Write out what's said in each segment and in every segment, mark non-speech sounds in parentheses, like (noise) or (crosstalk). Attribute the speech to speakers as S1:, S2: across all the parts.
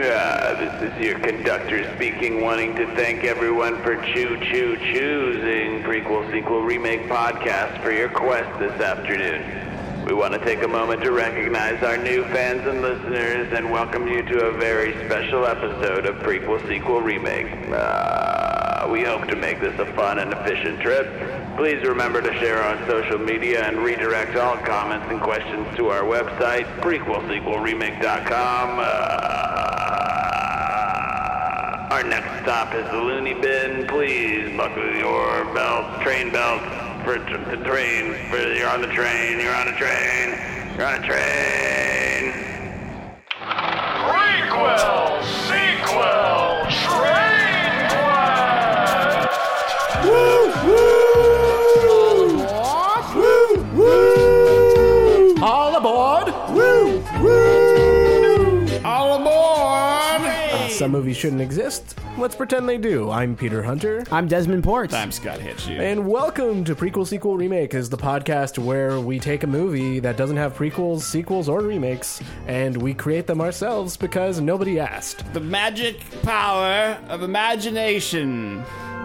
S1: this is your conductor speaking, wanting to thank everyone for Choo Choo Choosing Prequel Sequel Remake Podcast for your quest this afternoon. We want to take a moment to recognize our new fans and listeners and welcome you to a very special episode of Prequel Sequel Remake. Uh, we hope to make this a fun and efficient trip. Please remember to share on social media and redirect all comments and questions to our website, prequelsequelremake.com. Uh, our next stop is the Looney Bin. Please buckle your belts, train belts, for tr the train. For, you're on the train, you're on a train, you're on a train.
S2: Prequel, sequel, train
S3: All aboard!
S4: All aboard!
S5: Some movies shouldn't exist. Let's pretend they do. I'm Peter Hunter.
S3: I'm Desmond Ports.
S4: I'm Scott Hitchy.
S5: And welcome to Prequel Sequel Remake is the podcast where we take a movie that doesn't have prequels, sequels, or remakes, and we create them ourselves because nobody asked.
S4: The magic power of imagination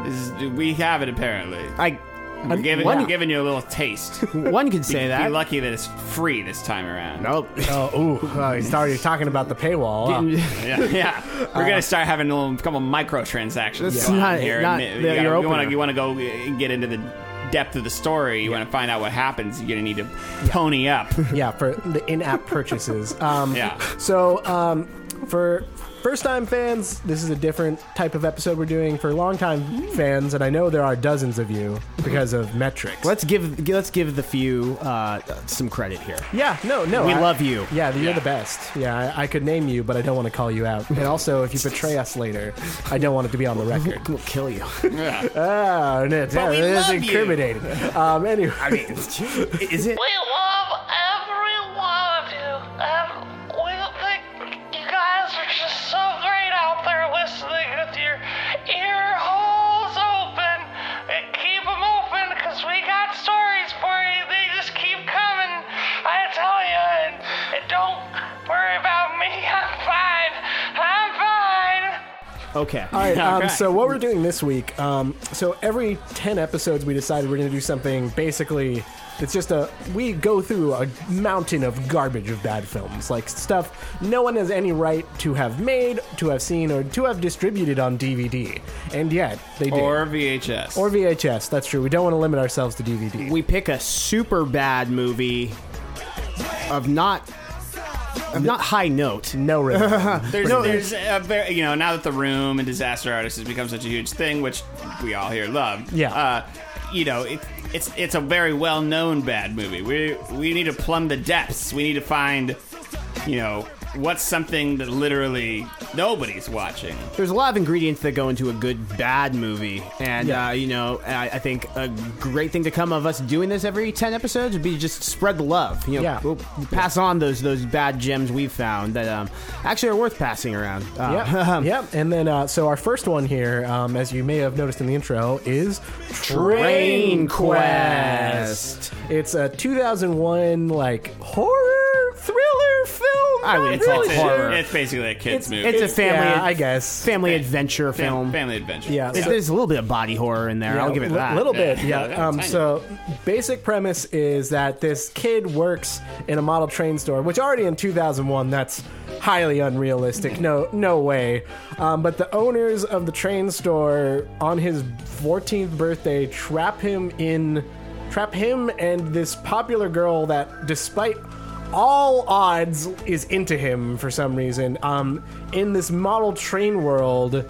S4: is we have it apparently.
S3: I,
S4: I'm giving,
S3: one-
S4: I'm giving you a little taste.
S3: (laughs) one could say
S4: Be
S3: that.
S4: lucky that it's free this time around.
S5: Oh, ooh, uh, he started talking about the
S3: (laughs)
S5: paywall. huh?
S4: (laughs) Yeah, yeah. We're gonna start having a little, couple microtransactions
S3: Uh, It's
S4: going on
S3: not-
S4: here.
S3: not
S4: and
S3: the-
S4: you,
S3: your
S4: you wanna
S3: opener.
S4: you wanna go uh, get into the depth of the story. You wanna find out what happens. You're gonna need to pony up.
S3: (laughs)
S5: yeah, for the
S4: (laughs)
S5: in-app purchases. Um,
S4: Yeah.
S5: So, um, for first-time fans, this is a different type of episode we're doing. For long-time fans, and I know there are dozens of you because of metrics.
S3: Let's give let's give the few uh, some credit here.
S5: Yeah, no, no.
S3: We
S5: I-
S3: love you.
S5: Yeah, you're
S4: Yeah.
S5: the best. Yeah, I, I could name you, but I don't want to call you out. And also, if you betray us later, I don't want it to be on the record.
S3: We'll kill you. (laughs)
S5: Ah, no, that
S4: we
S5: is
S4: love you.
S5: incriminating. Um, anyway, I mean,
S3: Is it?
S6: We love every one of you, and we think you guys are just so great out there listening with your ear holes open. And keep them open, because we got stories for you. They just keep coming, I tell you. And, and don't worry about me, (laughs) I'm fine. I'm fine.
S3: Okay.
S5: all right. Um,
S4: Okay.
S5: So what we're doing this week? Um, so every ten episodes, we decided we're going to do something. Basically, it's just a we go through a mountain of garbage of bad films, like stuff no one has any right to have made, to have seen, or to have distributed on DVD, and yet they do.
S4: or VHS.
S5: Or VHS. That's true. We don't want to limit ourselves to DVD.
S3: We pick a super bad movie of not of not high
S5: (laughs)
S3: note.
S5: no rhythm.
S4: There's, there's a very, you know, now that the room and disaster artists has become such a huge thing, which we all here love.
S5: Yeah.
S4: Uh, you know, it, it's it's a very well known bad movie. We we need to plumb the depths. We need to find, you know, what's something that literally nobody's watching.
S3: There's a lot of ingredients that go into a good bad movie, and
S5: Yeah.
S3: uh, you know, I, I think a great thing to come of us doing this every ten episodes would be just spread the love. You know,
S5: Yeah.
S3: we'll pass on those those bad gems we've found that um, actually are worth passing around. Uh, (laughs)
S5: yep. yep. And then, uh, so our first one here, um, as you may have noticed in the intro, is
S3: Train Quest.
S5: It's a 2001 like horror thriller film.
S3: I would
S5: Not
S3: It's call all
S5: really
S3: it horror.
S5: sure.
S4: It's basically a kids movie.
S3: It's a family,
S5: Yeah, I guess.
S3: family adventure film.
S4: family adventure.
S5: Yeah.
S3: There's- There's a little bit of body horror in there. I'll give it
S5: a
S3: that.
S5: little bit,
S4: Yeah.
S5: yeah. Um,
S4: Tiny.
S5: so, basic premise is that this kid works in a model train store, which already in 2001, that's highly unrealistic. No, no way. Um, but the owners of the train store, on his 14th birthday, trap him in, trap him and this popular girl that, despite all odds, is into him for some reason. Um, in this model train world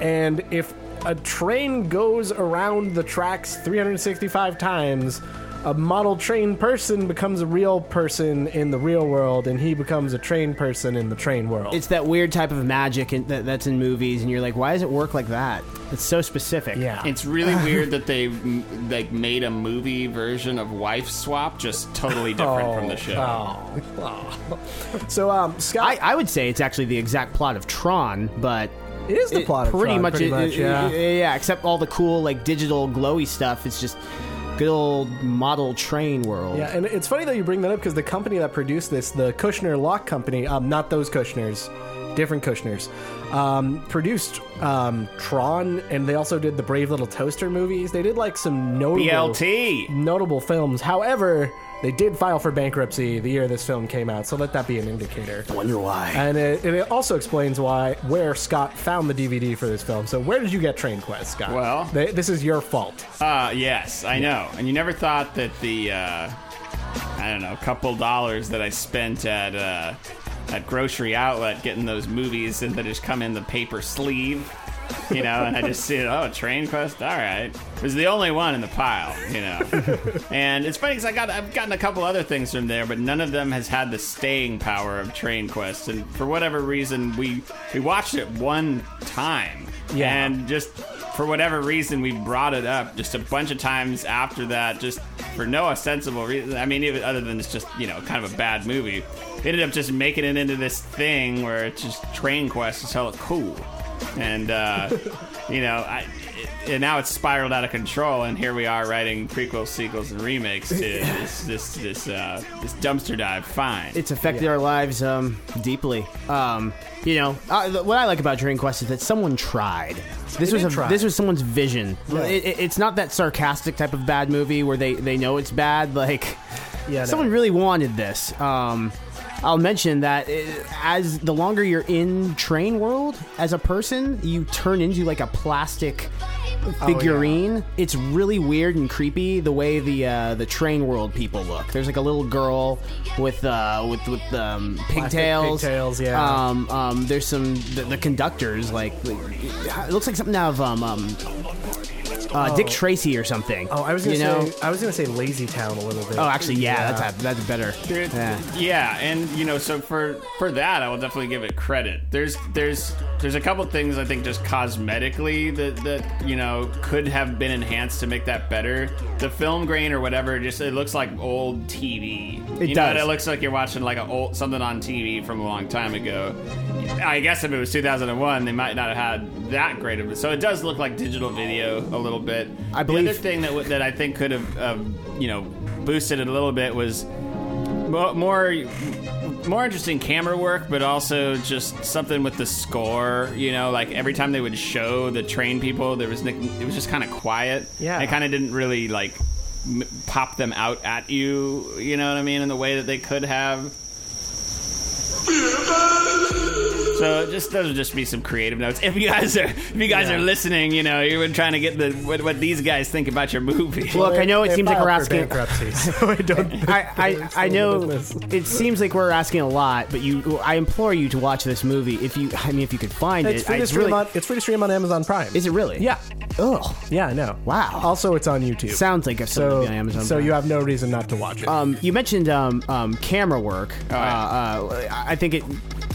S5: and if a train goes around the tracks 365 times, a model train person becomes a real person in the real world, and he becomes a train person in the train world.
S3: It's that weird type of magic in, that, that's in movies, and you're like, why does it work like that? It's so specific.
S5: yeah,
S4: It's
S3: (laughs)
S4: really weird that they mm, like made a movie version of Wife Swap, just totally different from the show.
S5: Oh, (laughs) so um,
S3: I,
S5: Scott,
S3: I would say it's actually the exact plot of Tron, but
S5: It is the plot of Tron, pretty
S3: it-
S5: much,
S3: it-
S5: yeah.
S3: it- yeah, Except all the cool like digital glowy stuff. It's just good old model train world.
S5: yeah, and it's funny that you bring that up because the company that produced this, the Kushner Lock Company, um, not those Kushners, different Kushners. Um, produced um, Tron, and they also did the Brave Little Toaster movies. They did like some
S4: E
S5: notable
S4: BLT.
S5: notable films. However, they did file for bankruptcy the year this film came out, so let that be an indicator.
S3: Wonder why.
S5: And it, and it also explains why where Scott found the DVD for this film. So where did you get Train Quest, Scott?
S4: Well-
S5: Th- this is your fault.
S4: Uh, yes, I know. And you never thought that the, uh, I don't know, couple dollars that I spent at, uh, at grocery outlet getting those movies and that just come in the paper sleeve, you know, and I just see (laughs) it, oh, Train Quest, all right. It was the only one in the pile, you know. and it's funny because I got, I've gotten a couple other things from there, but none of them has had the staying power of Train Quest. And for whatever reason, we, we watched it one time.
S5: Yeah.
S4: And just for whatever reason, we brought it up just a bunch of times after that, just for no ostensible reason. I mean, even other than it's just, you know, kind of a bad movie. It ended up just making it into this thing where it's just train quest is hella cool. And, uh, (laughs) you know, I. And now it's spiraled out of control, and here we are writing prequels, sequels, and remakes to this this this, uh, this dumpster dive. Fine,
S3: it's affected our lives um, deeply. Um, you know, uh, th- what I like about Dream Quest is that someone tried. This was
S5: did
S3: a,
S5: try.
S3: this was someone's vision. It, it- it's not that sarcastic type of bad movie where they, they know it's bad. (laughs) Like,
S5: Yeah, no.
S3: someone really wanted this. Um, I'll mention that uh, as the longer you're in train world as a person, you turn into like a plastic Oh, figurine. It's really weird and creepy the way the uh, the train world people look. There's like a little girl with uh, with with um, pigtails.
S5: pigtails, yeah.
S3: Um, um, there's some the, the conductors like it looks like something out of um, um uh, Dick Tracy or something.
S5: Oh, I was gonna
S3: you
S5: say
S3: know.
S5: I was gonna say Lazy Town a little bit.
S3: Oh, actually, yeah, that's that's better. Yeah.
S4: yeah and you know so for for that i will definitely give it credit there's there's there's a couple things i think just cosmetically that that you know could have been enhanced to make that better the film grain or whatever just it looks like old tv
S3: It
S4: You know,
S3: does.
S4: it looks like you're watching like a old something on tv from a long time ago i guess if it was 2001 they might not have had that great of it so it does look like digital video a little bit
S3: I believe-
S4: the other thing that w- that i think could have uh, you know boosted it a little bit was Mo- more more interesting camera work but also just something with the score you know like every time they would show the train people there was nic- it was just kind of quiet
S5: Yeah.
S4: it kind of didn't really like m- pop them out at you you know what i mean in the way that they could have so just those would just be some creative notes. If you guys are if you guys are listening, you know you were trying to get the what, what these guys think about your movie.
S3: Look, I know it
S5: They
S3: seems like
S5: filed
S3: we're
S5: for
S3: asking. (laughs)
S5: bankruptcy, so I don't.
S3: I, I, I know it seems like we're asking a lot, but you, I implore you to watch this movie. If you, I mean, if you could
S5: (laughs)
S3: find
S5: It's
S3: it,
S5: free
S3: I-
S5: to
S3: it's
S5: stream
S3: really,
S5: on. It's free to stream on Amazon Prime.
S3: is it really?
S5: Yeah.
S3: Oh,
S5: Yeah, I know.
S3: Wow.
S5: Also, it's on YouTube.
S3: sounds like a so,
S5: so
S3: movie on Amazon.
S5: so
S3: Prime.
S5: you have no reason not to watch it.
S3: um, you mentioned um, um, camera work.
S5: Oh,
S3: uh, uh, I I think it.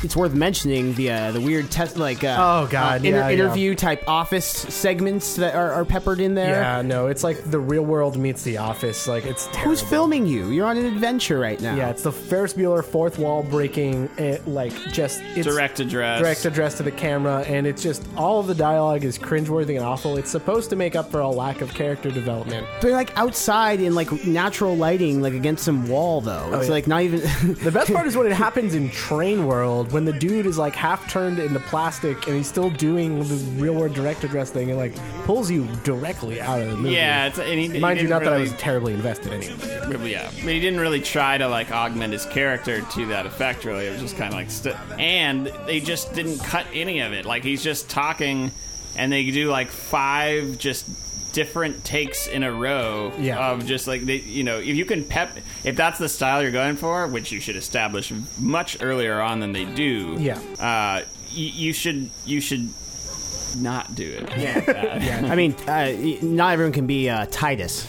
S3: It's worth mentioning the uh, the weird test like uh,
S5: Oh, God,
S3: uh, inter-
S5: yeah, yeah.
S3: interview type office segments that are, are peppered in there.
S5: yeah, no, it's like the real world meets the office. Like it's terrible.
S3: Who's filming you? You're on an adventure right now.
S5: Yeah, it's the Ferris Bueller fourth wall breaking. It, like just it's
S4: direct address.
S5: direct address to the camera, and it's just all of the dialogue is cringeworthy and awful. It's supposed to make up for a lack of character development.
S3: They're like outside in like natural lighting, like against some wall though. It's
S5: Oh, yeah.
S3: like not even. (laughs)
S5: The best part is when it happens in Train World, when the dude is like half turned into plastic and he's still doing the real world direct address thing and like pulls you directly out of the movie.
S4: (laughs) Yeah, it's, and he, he
S5: Mind you,
S4: didn't
S5: not that I
S4: really-
S5: was terribly invested in it.
S4: Well, Yeah, but he didn't really try to like augment his character to that effect. Really, it was just kind of like, st- and they just didn't cut any of it. Like he's just talking, and they do like five just different takes in a row
S5: Yeah.
S4: of just like they, you know, if you can pep, if that's the style you're going for, which you should establish much earlier on than they do.
S5: Yeah.
S4: uh, y- you should you should not do it.
S5: (laughs)
S3: I mean, uh, y- not everyone can be uh, Titus.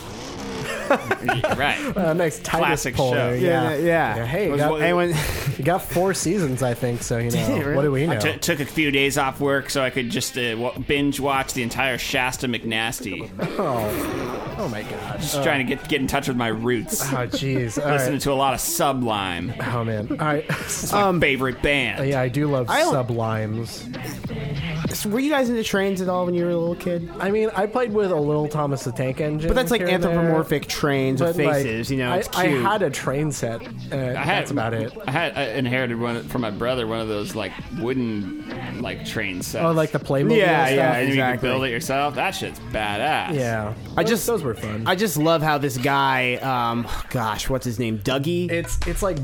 S4: right.
S5: Uh, nice Titus
S4: Classic
S5: Polar,
S4: show.
S5: Yeah.
S3: Yeah, yeah.
S5: Hey, you
S4: Was
S5: got,
S4: what-
S3: Anyone? (laughs)
S5: you got four seasons, I think. So you know,
S3: Really?
S5: what do we know?
S4: T- took a few days off work so I could just uh, w- binge watch the entire Shasta McNasty.
S5: oh, oh my gosh.
S4: Just trying to get get in touch with my roots.
S5: Oh jeez. All
S4: Listening
S5: right.
S4: to a lot of Sublime, (laughs)
S5: Oh man. All right.
S4: it's my favorite band.
S5: yeah, I do love
S3: I-
S5: sublimes.
S3: So were you guys into trains at all when you were a little kid?
S5: I mean, I played with a little Thomas the Tank Engine,
S3: But that's like
S5: here and there,
S3: anthropomorphic trains with
S5: but, like,
S3: faces. you know,
S5: I-
S3: it's
S5: I,
S3: cute.
S5: had a train set. Uh,
S4: I had,
S5: that's about it.
S4: I had I inherited one from my brother, one of those like wooden like train sets.
S5: Oh, like the Playmobil.
S3: Yeah,
S5: stuff?
S3: yeah,
S4: and you can
S3: exactly.
S4: build it yourself. That shit's badass.
S5: yeah.
S3: I
S5: Those-
S3: just-
S5: those were fun.
S3: I just love how this guy, um, gosh, what's his name? Dougie?
S5: it's it's like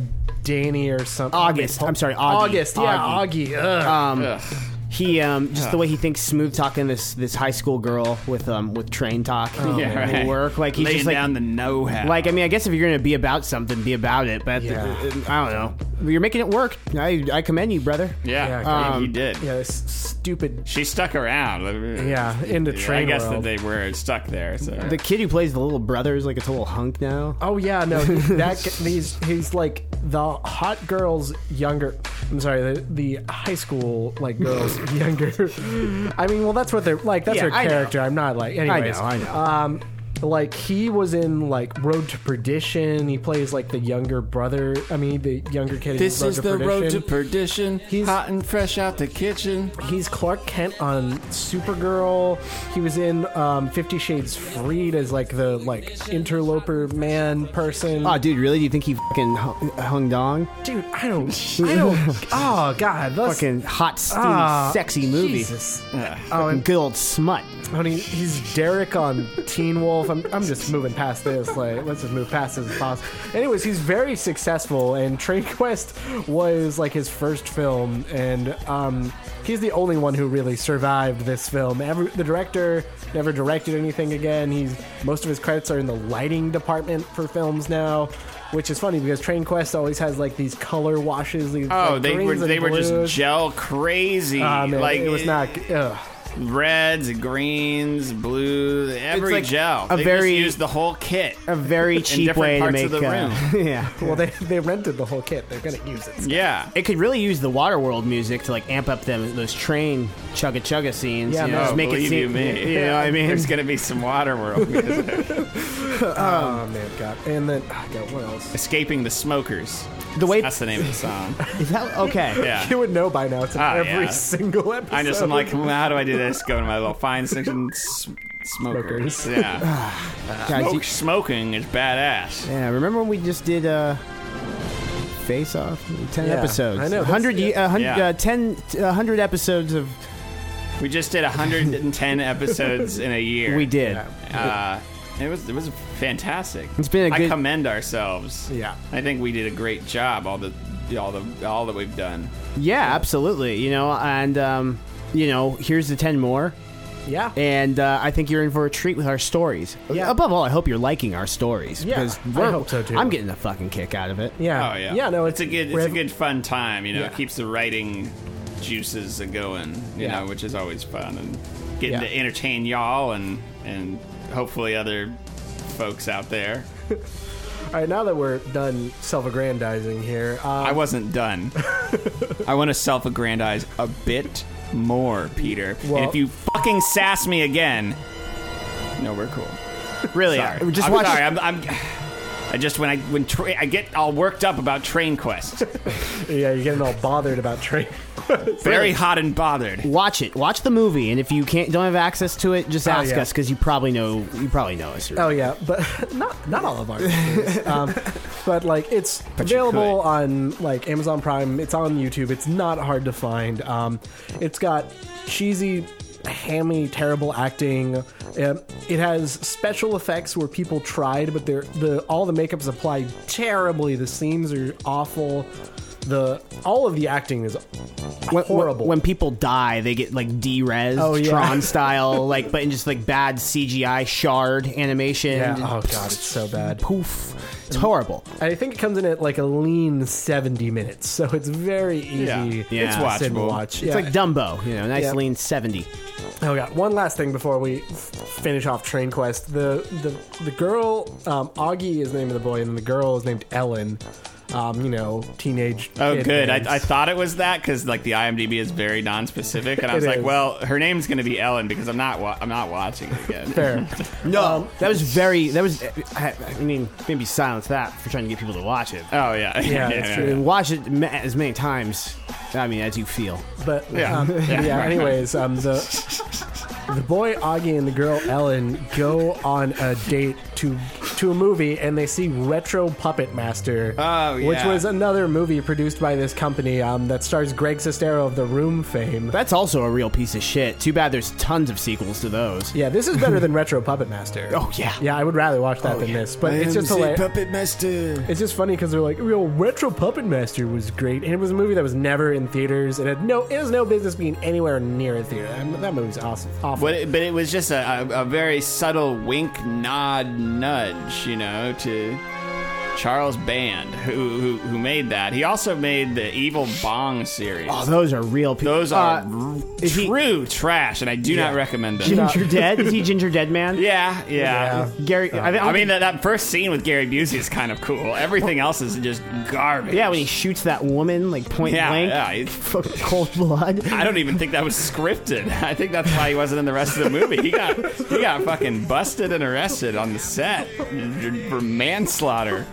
S5: Danny or something.
S3: August. I'm sorry, Augie.
S5: August. Yeah, Augie. Ugh.
S3: um,
S4: Ugh.
S3: he um, just the way he thinks, smooth talking this this high school girl with um with train talk
S5: Oh,
S4: yeah,
S3: will
S4: right.
S3: work. Like he's
S4: Laying
S3: just like
S4: down the know-how.
S3: like I mean, I guess if you're gonna be about something, be about it. But
S5: Yeah.
S3: I don't know. You're making it work. I I commend you, brother.
S4: yeah,
S5: Yeah,
S4: I mean,
S3: um,
S4: he did.
S5: yeah, this stupid.
S4: She stuck around.
S5: Yeah, in the
S4: I
S5: train
S4: guess that
S5: world.
S4: they were stuck there. So
S3: The kid who plays the little brother is like a total hunk now.
S5: Oh yeah, no, that
S3: (laughs)
S5: g- he's he's like the hot girls younger. I'm sorry, the, the high school like
S3: (laughs)
S5: girls younger. I mean, well, that's what they're like. That's
S3: Yeah,
S5: her
S3: I know.
S5: character. I'm not like. Anyways,
S3: I know, I know.
S5: Um, like he was in like Road to Perdition. He plays like the younger brother. I mean, the younger kid. in Road to Perdition.
S4: perdition.
S5: He's- hot
S4: and fresh out the kitchen.
S5: He's Clark Kent on Supergirl. He was in um, Fifty Shades Freed as like the like interloper man person.
S3: Oh, dude, really? Do you think he fucking hung, hung dong?
S5: dude, I don't, I don't. Oh God, that's
S3: (laughs) Fucking hot, steamy,
S5: ah,
S3: sexy movie.
S5: Jesus.
S3: Oh, and good old smut.
S5: Honey, he's Derek on Teen Wolf. I'm, I'm just moving past this. Like, let's just move past this as possible. Anyways, he's very successful, and Train Quest was like his first film, and um, he's the only one who really survived this film. Every, the director never directed anything again. He's most of his credits are in the lighting department for films now. Which is funny because Train Quest always has like these color washes. These,
S4: Oh,
S5: like,
S4: they
S5: greens
S4: were
S5: and
S4: they were
S5: blues.
S4: just gel crazy.
S5: Ah, man,
S4: like
S5: it was not. Ugh.
S4: reds, greens, blues, every
S3: like
S4: gel.
S3: a
S4: they
S3: very-
S4: just used the whole kit.
S3: A very cheap
S4: different
S3: way to
S4: parts
S3: make
S4: of the
S3: uh, (laughs) yeah.
S5: Well, they, they rented the whole kit. They're gonna use it.
S4: yeah.
S3: It could really use the Waterworld music to like amp up them those train chugga chugga scenes.
S5: Yeah,
S3: you know,
S5: man.
S3: just
S4: Oh,
S3: make it
S4: believe
S3: seem,
S4: you
S3: (laughs)
S4: me.
S3: You know what I mean?
S4: There's gonna be some water world. (laughs) music.
S5: Oh man, God. And then oh, God, what else?
S4: Escaping the smokers.
S3: the way
S4: That's the name of the song.
S3: is that okay?
S4: Yeah.
S5: You would know by now. It's in
S4: Ah,
S5: every
S4: yeah.
S5: single episode.
S4: I just I'm like, hmm. how do I do this? Go to my little fine section. S- smokers.
S5: Smokers.
S4: Yeah.
S3: Guys, you-
S4: Smoke, smoking is badass.
S3: yeah. Remember when we just did uh, Face Off? Ten
S5: Yeah,
S3: episodes.
S5: I know, that's-
S3: Hundred. ye- Uh, hun-
S4: Yeah.
S3: uh, ten. Uh, hundred episodes of.
S4: We just did
S5: (laughs)
S4: 110 episodes in a year.
S3: We did.
S4: Uh, it was it was fantastic.
S3: It's been a
S4: I
S3: good-
S4: commend ourselves.
S5: Yeah.
S4: I think we did a great job. All the all the all that we've done.
S5: Uh,
S3: Yeah, absolutely. You know, and um, you know, here's the ten more.
S5: yeah.
S3: and uh, I think you're in for a treat with our stories.
S5: Yeah.
S3: Above all, I hope you're liking our stories.
S5: Yeah,
S3: because
S5: I
S3: we're-
S5: hope so, too.
S3: I'm getting a fucking kick out of it.
S5: yeah.
S4: Oh yeah.
S5: Yeah. No, it's,
S4: a good it's
S5: we're
S4: a
S5: having-
S4: good fun time. You know, it
S5: Yeah.
S4: keeps the writing juices a going. You
S5: Yeah.
S4: know, which is always fun and getting
S5: Yeah.
S4: to entertain y'all and and hopefully other folks out there.
S5: All right, now that we're done self-aggrandizing here, uh,
S4: I wasn't
S5: (laughs)
S4: done. I want to self-aggrandize a bit more, Peter.
S5: Well-
S4: and if you fucking sass me again, no, we're cool.
S3: Really,
S4: Sorry,
S3: I- just
S4: I'm
S3: watch.
S4: sorry. I'm, I'm, I just when I when tra- I get all worked up about Train
S5: (laughs)
S4: Quest,
S5: yeah, you're getting all bothered about (laughs) train.
S4: very hot and bothered.
S3: Watch it. Watch the movie, and if you can't, don't have access to it, just ask
S5: Oh, yeah.
S3: us because you probably know. You probably know us.
S5: Oh yeah, but (laughs) not not all of our videos. um, but like it's
S4: you
S5: available
S4: could.
S5: on like Amazon Prime. It's on YouTube. It's not hard to find. Um, it's got cheesy, hammy, terrible acting. Um, it has special effects where people tried, but they're the all the makeup's applied terribly. The scenes are awful. The all of the acting is
S3: when,
S5: horrible.
S3: When, when people die, they get like derez,
S5: Oh, yeah.
S3: Tron style, (laughs) like but in just like bad CGI shard animation.
S5: yeah. Oh god, it's so bad.
S3: Poof. It's horrible.
S5: I think it comes in at like a lean seventy minutes, so it's very easy.
S4: Yeah.
S3: Yeah.
S4: It's
S5: sit and
S4: watchable.
S5: watch.
S3: It's
S5: Yeah.
S3: like Dumbo, you know, nice
S5: Yeah.
S3: lean seventy.
S5: oh god. One last thing before we f- finish off Train Quest. The the the girl um, Augie is the name of the boy, and the girl is named Ellen. um, you know, teenage.
S4: Oh,
S5: kid
S4: good.
S5: names.
S4: I, I thought it was that because like the IMDb is very non-specific, and I
S5: (laughs) It
S4: was like,
S5: is.
S4: well, her name's going to be Ellen because I'm not wa- I'm not watching it again. (laughs)
S5: Fair.
S3: No,
S5: Um,
S3: that was very. That was. I, I mean, maybe silence that for trying to get people to watch it.
S4: Oh yeah, (laughs)
S5: Yeah, that's
S3: I mean, watch it ma- as many times. I mean, as you feel.
S5: But
S4: Yeah.
S5: um,
S4: Yeah.
S5: yeah. Anyways, um, the the boy Augie and the girl Ellen go on a date to to a movie, and they see Retro Puppet Master,
S4: Oh,
S5: which
S4: yeah.
S5: was another movie produced by this company um, that stars Greg Sestero of the Room fame.
S3: That's also a real piece of shit. Too bad there's tons of sequels to those.
S5: yeah, this is better than Retro Puppet Master.
S3: Oh, yeah.
S5: yeah. I would rather watch that than this, but it's just hilarious.
S7: puppet master.
S5: It's just funny because they're like, real Retro Puppet Master was great, and it was a movie that was never in theaters. It had no, it has no business being anywhere near a theater. I mean, that movie's awesome, awful.
S4: But it, but it was just a, a, a very subtle wink, nod, nudge, you know, to Charles Band, who, who who made that. He also made the Evil Bong series.
S3: Oh, those are real. Pe-
S4: Those are
S3: Uh,
S4: r-
S3: is he-
S4: true trash, and I do not recommend them.
S3: (laughs) Ginger Dead. Is he Ginger Dead Man?
S4: Yeah, yeah.
S3: Gary. I, think-
S4: I mean, that, that first scene with Gary Busey is kind of cool. Everything else is just garbage.
S3: yeah, when he shoots that woman like point
S4: Yeah,
S3: blank,
S4: yeah, it's-
S3: fucking cold blood.
S4: I don't even think that was scripted. (laughs) I think that's why he wasn't in the rest of the movie. He got he got fucking busted and arrested on the set for manslaughter.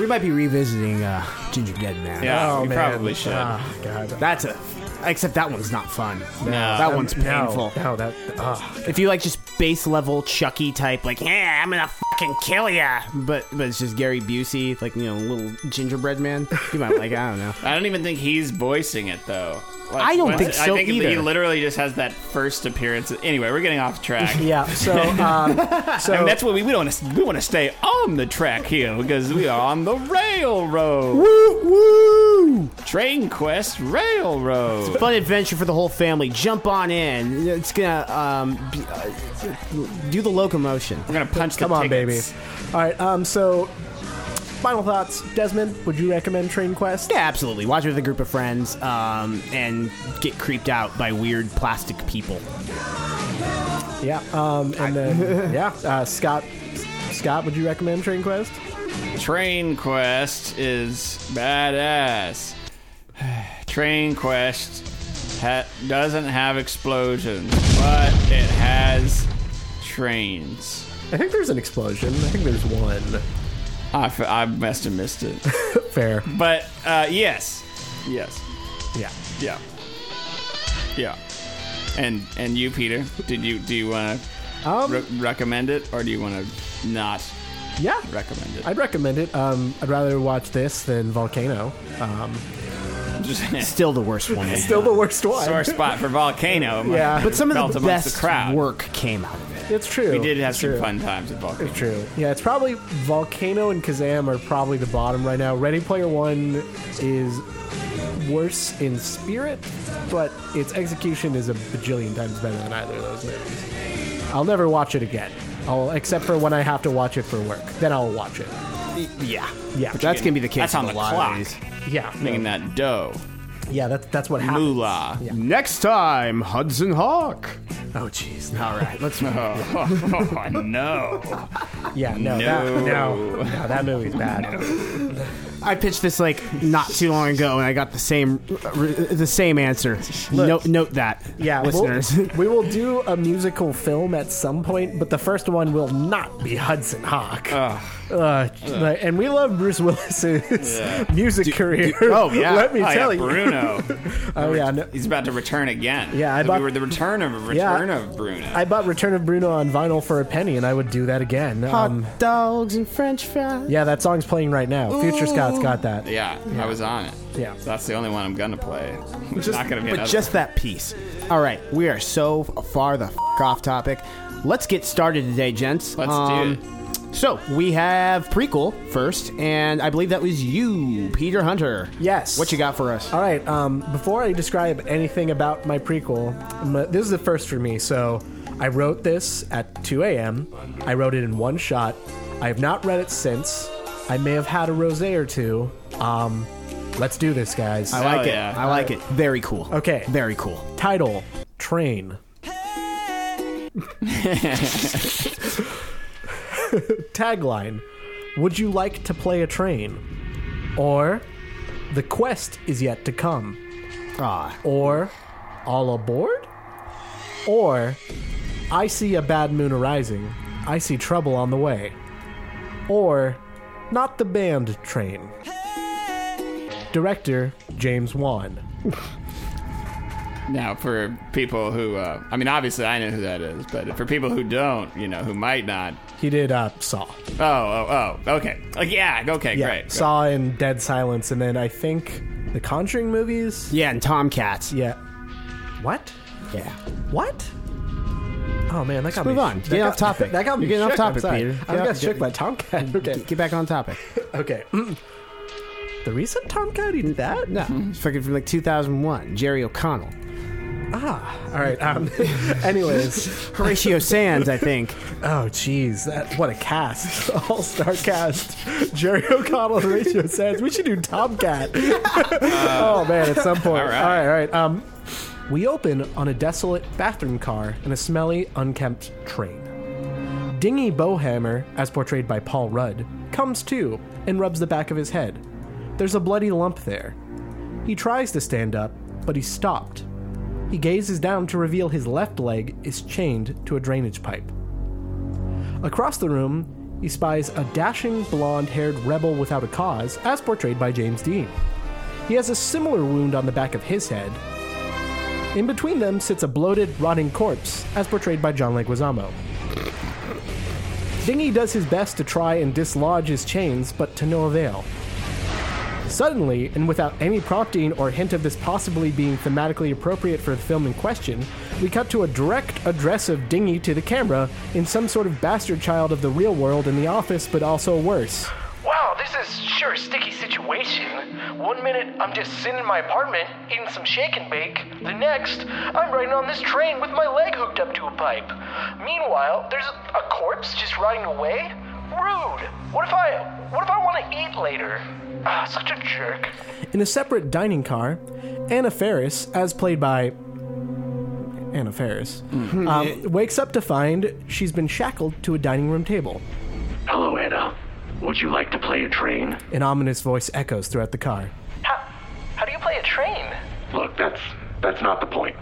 S3: We might be revisiting uh, Ginger Dead Man.
S4: Yeah,
S5: Oh,
S4: we
S5: man.
S4: probably should.
S5: Ah, God.
S3: That's a. Except that one's not fun. No,
S4: Um,
S3: that one's painful.
S5: No, no Oh, that. ah.
S3: If you like just base level Chucky type, like, yeah, I'm gonna fucking kill ya, but but it's just Gary Busey, like you know, little gingerbread man. You might like, I don't know.
S4: I don't even think he's voicing it though. Like,
S3: I don't
S4: once-
S3: think so
S4: I think he
S3: either.
S4: literally just has that first appearance. Anyway, we're getting off track.
S5: (laughs) Yeah. So, um, so
S4: I mean, that's what we, we don't want to we want to stay on the track here because we are on the railroad. Woo woo! Train Quest Railroad.
S3: (laughs) Fun adventure for the whole family. Jump on in. It's gonna um, be, uh, do the locomotion.
S4: We're gonna punch
S5: come
S4: the
S5: on, baby.
S4: tickets.
S5: All right. Um. So, final thoughts, Desmond. Would you recommend Train Quest?
S3: Yeah, absolutely. Watch it with a group of friends um, and get creeped out by weird plastic people.
S5: Yeah. Um. And (laughs) then yeah. Uh, Scott. Scott, would you recommend Train Quest?
S4: Train Quest is badass. (sighs) Train Quest ha- doesn't have explosions, but it has trains.
S5: I think there's an explosion. I think there's one.
S4: I, f- I must have missed it. (laughs)
S5: Fair.
S4: But uh, yes, yes,
S5: Yeah.
S4: yeah, yeah. And and you, Peter, did you do you want to
S5: Um.
S4: re- recommend it or do you want to not (laughs)
S5: yeah.
S4: recommend it?
S5: I'd recommend it. Um, I'd rather watch this than Volcano. Um,
S4: Just
S3: Still the worst one. we
S5: still
S3: have.
S5: the worst one.
S4: sore spot for (laughs) volcano. my-
S5: Yeah.
S3: but some of
S4: Belt
S3: the
S4: amongst
S3: best
S4: the crowd.
S3: work came out of
S5: (laughs)
S3: it.
S5: It's true.
S4: We did have
S5: It's
S4: some
S5: true.
S4: fun times at volcano.
S5: True. Yeah, it's probably Volcano and Kazam are probably the bottom right now. Ready Player One is worse in spirit, but its execution is a bajillion times better than either of those movies. I'll never watch it again. I'll, except for when I have to watch it for work. Then I'll watch it.
S3: Yeah,
S5: Yeah.
S3: That's gonna be the case.
S4: That's on
S3: with
S4: the
S3: a lot
S4: clock.
S3: Of these.
S5: Yeah.
S4: Making that dough.
S5: Yeah, that's that's what happens.
S4: Moolah.
S3: Next time, Hudson Hawk. Oh, jeez. All right, let's move.
S4: Oh, (laughs) no.
S5: Yeah,
S4: No.
S5: no, That, no, no, that movie's
S3: (laughs)
S5: bad.
S3: I pitched this like not too long ago, and I got the same re- the same answer. note note that,
S5: Yeah, we'll-
S3: listeners.
S5: (laughs) we will do a musical film at some point, but the first one will not be Hudson Hawk. Ugh, like- and we love Bruce Willis's (laughs) music career.
S4: Oh, (laughs) yeah.
S5: (laughs) let me
S4: Oh, yeah,
S5: tell you.
S4: Bruno.
S5: (laughs) Oh yeah, no,
S4: He's about to return again.
S5: Yeah, I
S4: So
S5: bought-
S4: we were the return of return of Bruno.
S5: I bought Return of Bruno on vinyl for a penny, and I would do that again.
S3: (laughs)
S5: Um,
S3: Hot dogs and French fries.
S5: yeah, that song's playing right now. Future Scott's got that.
S4: yeah, I was on it.
S5: Yeah.
S4: So that's the only one I'm gonna play. It's
S3: Just-
S4: not gonna be
S3: but
S4: another.
S3: just that piece. All right, we are so far the f- off topic. Let's get started today, gents.
S4: Let's do
S3: it. So we have prequel first, and I believe that was you, Peter Hunter.
S5: Yes.
S3: What you got for us?
S5: All right. Um, before I describe anything about my prequel, I'm gonna- this is the first for me. So I wrote this at 2 a.m. I wrote it in one shot. I have not read it since. I may have had a rosé or two. Um, let's do this, guys.
S3: I like
S4: Oh, yeah.
S3: it. I like it. Very cool.
S5: Okay.
S3: Very cool.
S5: Title: Train. Tagline: Would you like to play a train? Or the quest is yet to come.
S3: Ah,
S5: Or all aboard? Or I see a bad moon arising. I see trouble on the way. Or not the band train. Director James Wan.
S4: Now, for people who, uh, I mean, obviously I know who that is, but for people who don't, you know, who might not.
S5: He did uh, Saw.
S4: Oh, oh, oh, okay. Like, yeah, okay,
S5: Yeah,
S4: great.
S5: Saw and Dead Silence, and then I think the Conjuring movies.
S3: yeah, and Tomcats.
S5: Yeah. What?
S3: Yeah,
S5: What? Oh man, that got
S3: move
S5: me.
S3: on.
S5: that
S3: Get
S5: got-
S3: off
S5: (laughs)
S3: topic.
S5: That got me.
S3: You're getting off
S5: shook. I'm
S3: topic,
S5: sorry.
S3: Peter.
S5: I
S3: Get
S5: got
S3: off-
S5: shook by Tomcat. Okay.
S3: (laughs) Get- get back on topic.
S5: (laughs) Okay. (clears throat) the recent Tomcat he did that.
S3: No, it's fucking from like 2001. Jerry O'Connell,
S5: Ah. All right. Um. anyways.
S3: (laughs) Horatio Sands,
S5: (laughs)
S3: I think.
S5: Oh, jeez. That what a cast. (laughs) All star cast. Jerry O'Connell, Horatio Sands. We should do Tomcat. (laughs) oh man, at some point. All
S4: right.
S5: right. All right. Um. We open on a desolate bathroom car and a smelly, unkempt train. Dingy Bohammer, as portrayed by Paul Rudd, comes to and rubs the back of his head. There's a bloody lump there. He tries to stand up, but he's stopped. He gazes down to reveal his left leg is chained to a drainage pipe. Across the room, he spies a dashing, blonde haired rebel without a cause, as portrayed by James Dean. He has a similar wound on the back of his head. In between them sits a bloated, rotting corpse, as portrayed by John Leguizamo. Dingy does his best to try and dislodge his chains, but to no avail. Suddenly, and without any prompting or hint of this possibly being thematically appropriate for the film in question, we cut to a direct address of Dingy to the camera in some sort of bastard child of the real world in the office, but also worse.
S2: Wow, this is sure a sticky situation. One minute, I'm just sitting in my apartment eating some shake and bake. The next, I'm riding on this train with my leg hooked up to a pipe. Meanwhile, there's a, a corpse just riding away. Rude. What if I? What if I want to eat later? Ah, such a jerk.
S5: In a separate dining car, Anna Ferris, as played by Anna Ferris, um, wakes up to find she's been shackled to a dining room table.
S2: Hello, Anna. Would you like to play a train?
S5: An ominous voice echoes throughout the car.
S6: How, how do you play a train?
S7: Look, that's that's not the point.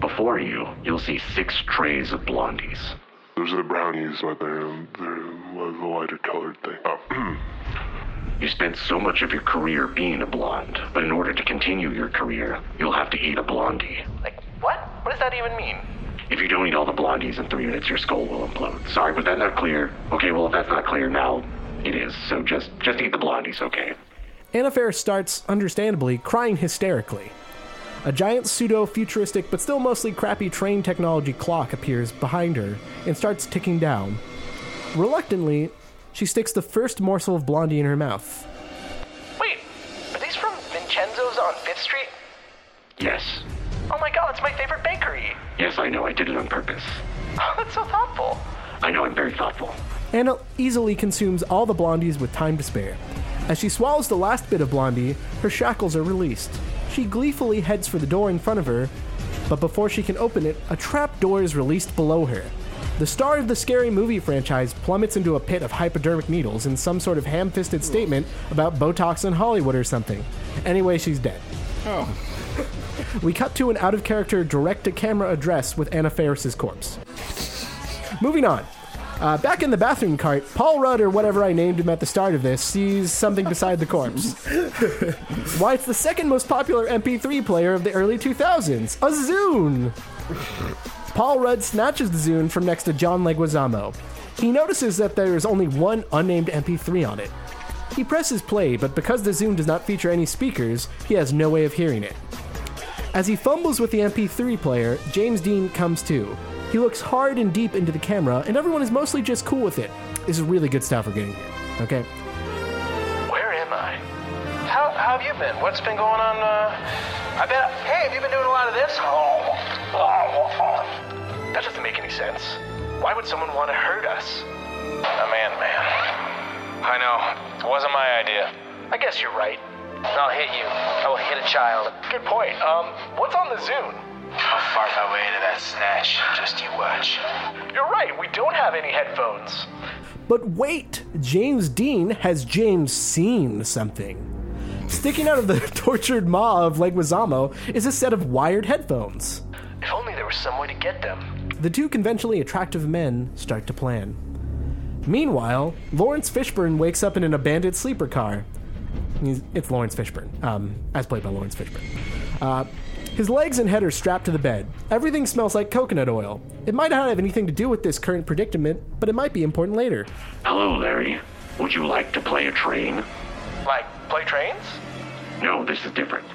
S7: Before you, you'll see six trays of blondies.
S8: Those are the brownies, but they're, they're the lighter colored thing. Oh. (clears throat)
S7: You spent so much of your career being a blonde, but in order to continue your career, you'll have to eat a blondie.
S6: Like, what? What does that even mean?
S7: If you don't eat all the blondies in three minutes, your skull will implode. Sorry, was that not clear? Okay, well if that's not clear now, it is. So just just eat the blondies, okay?
S5: Anna Faris starts, understandably, crying hysterically. A giant pseudo futuristic but still mostly crappy train technology clock appears behind her and starts ticking down. Reluctantly, she sticks the first morsel of blondie in her mouth.
S6: Wait, are these from Vincenzo's on Fifth Street?
S7: Yes.
S6: Oh my god, it's my favorite
S2: (laughs)
S6: bakery.
S7: Yes, I know I did it on purpose.
S6: Oh, that's so thoughtful.
S7: I know I'm very thoughtful.
S5: Anna easily consumes all the blondies with time to spare. As she swallows the last bit of blondie, her shackles are released. She gleefully heads for the door in front of her, but before she can open it, a trap door is released below her. The star of the scary movie franchise plummets into a pit of hypodermic needles in some sort of ham fisted statement about Botox in Hollywood or something. Anyway, she's dead. Oh. (laughs) we cut to an out of character direct to camera address with Anna Faris' corpse. Moving on. Uh, back in the bathroom cart, Paul Rudd, or whatever I named him at the start of this, sees something beside the corpse. Why, it's the second most popular MP3 player of the early 2000s a Zune! Paul Rudd snatches the Zune from next to John Leguizamo. He notices that there is only one unnamed MP3 on it. He presses play, but because the Zune does not feature any speakers, he has no way of hearing it. As he fumbles with the MP3 player, James Dean comes to. He looks hard and deep into the camera, and everyone is mostly just cool with it. This is really good stuff we're getting here. Okay.
S6: Where am I? How, how have you been? What's been going on? Uh, I bet. Hey, have you been doing a lot of this? Oh, oh, oh. That doesn't make any sense. Why would someone want to hurt us? A man, man. I know. It wasn't my idea. I guess you're right. I'll hit you. I will hit a child. Good point. Um, what's on the Zune? I'll fart my way into that snatch. Just you watch. You're right. We don't have any headphones.
S5: But wait, James Dean has James seen something. Sticking out of the (laughs) tortured maw of Leguizamo is a set of wired headphones.
S2: If only there was some way to get them.
S5: The two conventionally attractive men start to plan. Meanwhile, Lawrence Fishburne wakes up in an abandoned sleeper car. He's- it's Lawrence Fishburne, um, as played by Lawrence Fishburne. Uh, his legs and head are strapped to the bed. Everything smells like coconut oil. It might not have anything to do with this current predicament, but it might be important later.
S7: Hello, Larry. Would you like to play a train?
S2: Like, play trains?
S7: No, this is different.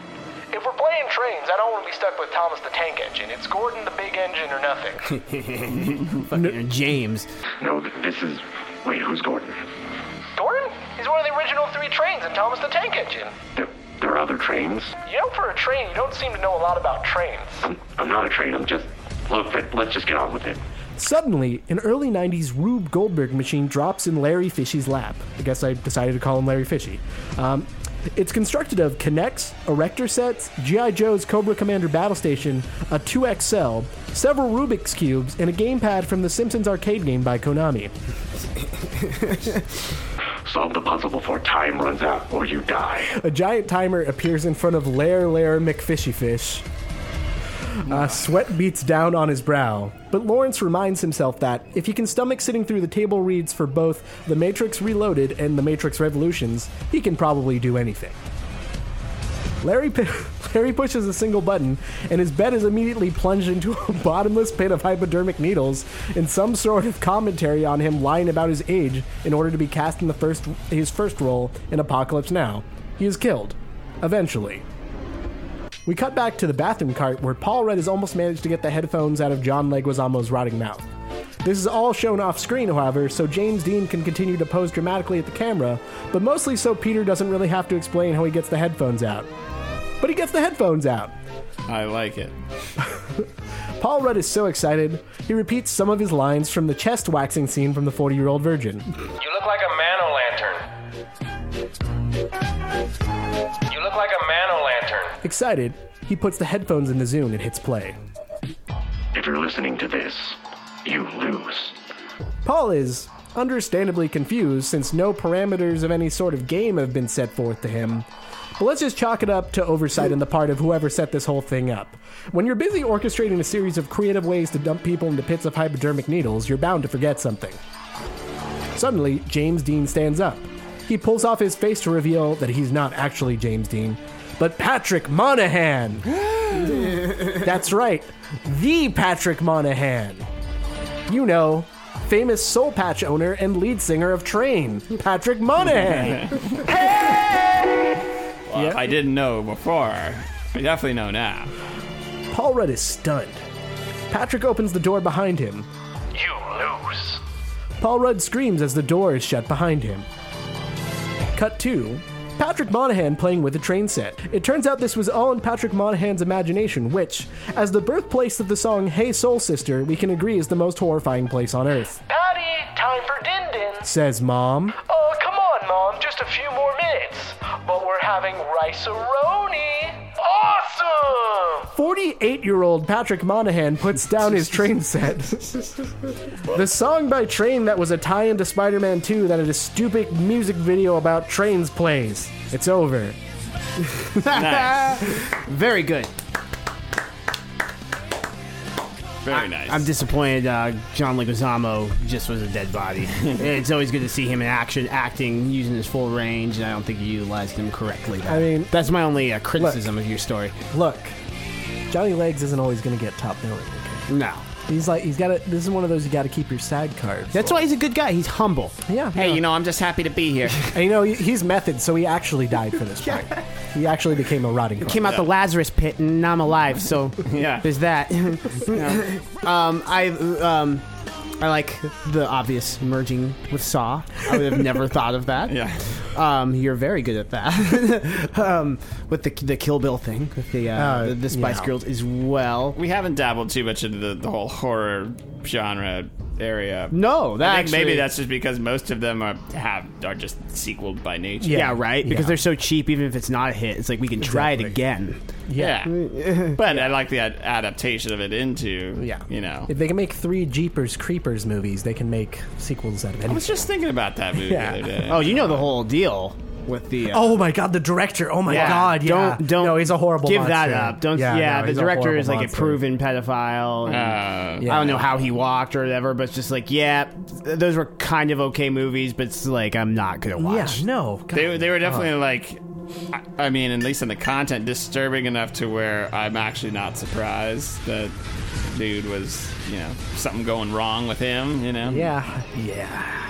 S2: If we're playing trains, I don't want to be stuck with Thomas the Tank Engine. It's Gordon the Big Engine or nothing.
S5: (laughs)
S3: Fucking James.
S7: No, th- this is. Wait, who's Gordon?
S2: Gordon? He's one of the original three trains in Thomas the Tank Engine.
S7: There, there are other trains.
S2: You know, for a train, you don't seem to know a lot about trains.
S7: I'm, I'm not a train. I'm just. Look, let- let's just get on with it.
S5: Suddenly, an early 90s Rube Goldberg machine drops in Larry Fishy's lap. I guess I decided to call him Larry Fishy. Um, it's constructed of Kinects, Erector sets, G.I. Joe's Cobra Commander Battle Station, a 2XL, several Rubik's Cubes, and a gamepad from the Simpsons arcade game by Konami.
S7: Solve the puzzle before time runs out or you die.
S5: A giant timer appears in front of Lair Lair McFishyfish. Uh, sweat beats down on his brow, but Lawrence reminds himself that if he can stomach sitting through the table reads for both The Matrix Reloaded and The Matrix Revolutions, he can probably do anything. Larry, pi- (laughs) Larry pushes a single button, and his bed is immediately plunged into a (laughs) bottomless pit of hypodermic needles and some sort of commentary on him lying about his age in order to be cast in the first his first role in Apocalypse Now. He is killed, eventually. We cut back to the bathroom cart where Paul Rudd has almost managed to get the headphones out of John Leguizamo's rotting mouth. This is all shown off screen, however, so James Dean can continue to pose dramatically at the camera, but mostly so Peter doesn't really have to explain how he gets the headphones out. But he gets the headphones out.
S4: I like it.
S5: Paul Rudd is so excited, he repeats some of his lines from the chest waxing scene from The 40 Year Old Virgin.
S2: You look like a man lantern. You look like a man lantern.
S5: Excited, he puts the headphones in the Zune and hits play.
S7: If you're listening to this, you lose.
S5: Paul is understandably confused since no parameters of any sort of game have been set forth to him. But let's just chalk it up to oversight on the part of whoever set this whole thing up. When you're busy orchestrating a series of creative ways to dump people into pits of hypodermic needles, you're bound to forget something. Suddenly, James Dean stands up. He pulls off his face to reveal that he's not actually James Dean, but Patrick Monahan. That's right, the Patrick Monahan you know, famous soul patch owner and lead singer of Train, Patrick Monahan.
S4: Well, I didn't know before. I definitely know now.
S5: Paul Rudd is stunned. Patrick opens the door behind him.
S2: You lose.
S5: Paul Rudd screams as the door is shut behind him. Cut 2. Patrick Monahan playing with a train set. It turns out this was all in Patrick Monahan's imagination, which, as the birthplace of the song Hey Soul Sister, we can agree is the most horrifying place on earth.
S2: Patty, time for din dins.
S5: Says Mom.
S2: Oh, come on, Mom, just a few more minutes. But we're having rice Awesome!
S5: 48 year old Patrick Monahan puts down his train set. the song by Train that was a tie in to Spider Man 2 that had a stupid music video about trains plays. It's over.
S3: Very good.
S4: Very nice.
S3: I'm disappointed. Uh, John Leguizamo just was a
S5: (laughs)
S3: dead body. it's always good to see him in action, acting, using his full range, and I don't think you utilized him correctly.
S5: I mean-
S3: that's my only uh, criticism of your story.
S5: Look, Johnny Legs isn't always going to get top billing. okay?
S3: No,
S5: He's like, he's got to, this is one of those you got to keep your side cards.
S3: that's why he's a good guy. He's humble.
S5: Yeah,
S3: Hey,
S5: yeah.
S3: you know, I'm just happy to
S5: (laughs)
S3: be here.
S5: And you know, he- he's method, so he actually died for
S4: (laughs)
S5: this part. He actually became a rotting corpse.
S3: Came out the Lazarus pit, and I'm alive. So
S4: (laughs) Yeah.
S3: there's that. um, I um, I like the obvious merging with Saw. I would
S4: (laughs)
S3: have never thought of that.
S4: yeah.
S3: Um, you're very good at that. (laughs) um, with the the Kill Bill thing, with the uh,
S5: Uh,
S3: the, the Spice
S5: yeah.
S3: Girls as well.
S4: We haven't dabbled too much into the, the whole horror genre area.
S3: No, that
S4: I think maybe
S3: actually-
S4: that's just because most of them are have are just sequeled by nature.
S3: Yeah, right. Because
S5: Yeah.
S3: they're so cheap, even if it's not a hit, it's like we can try it
S5: Exactly.
S3: again.
S4: yeah.
S3: (laughs)
S4: but I like the ad- adaptation of it into
S5: Yeah.
S4: you know.
S5: If they can make three Jeepers Creepers movies, they can make sequels out of
S4: I
S5: anything.
S4: was just thinking about that movie
S5: Yeah.
S4: the other day.
S3: Oh, you know the whole deal with the. Uh,
S5: Oh my god, the director. Oh my god, yeah.
S3: Don't don't.
S5: No, he's a horrible
S3: Give that
S5: monster.
S3: up. Don't. Yeah,
S5: Yeah, no,
S3: the
S5: he's a
S3: director
S5: horrible
S3: is like
S5: monster.
S3: a proven pedophile. and
S4: Uh,
S5: Yeah.
S3: I don't know how he walked or whatever, but it's just like, yeah, th- those were kind of okay movies, but it's like I'm not gonna
S5: Yeah,
S3: watch.
S5: no. God.
S4: They, they were definitely like, I, I mean, at least in the content, disturbing enough to where I'm actually not surprised that dude was, you know, something going wrong with him, you know?
S5: yeah. Yeah.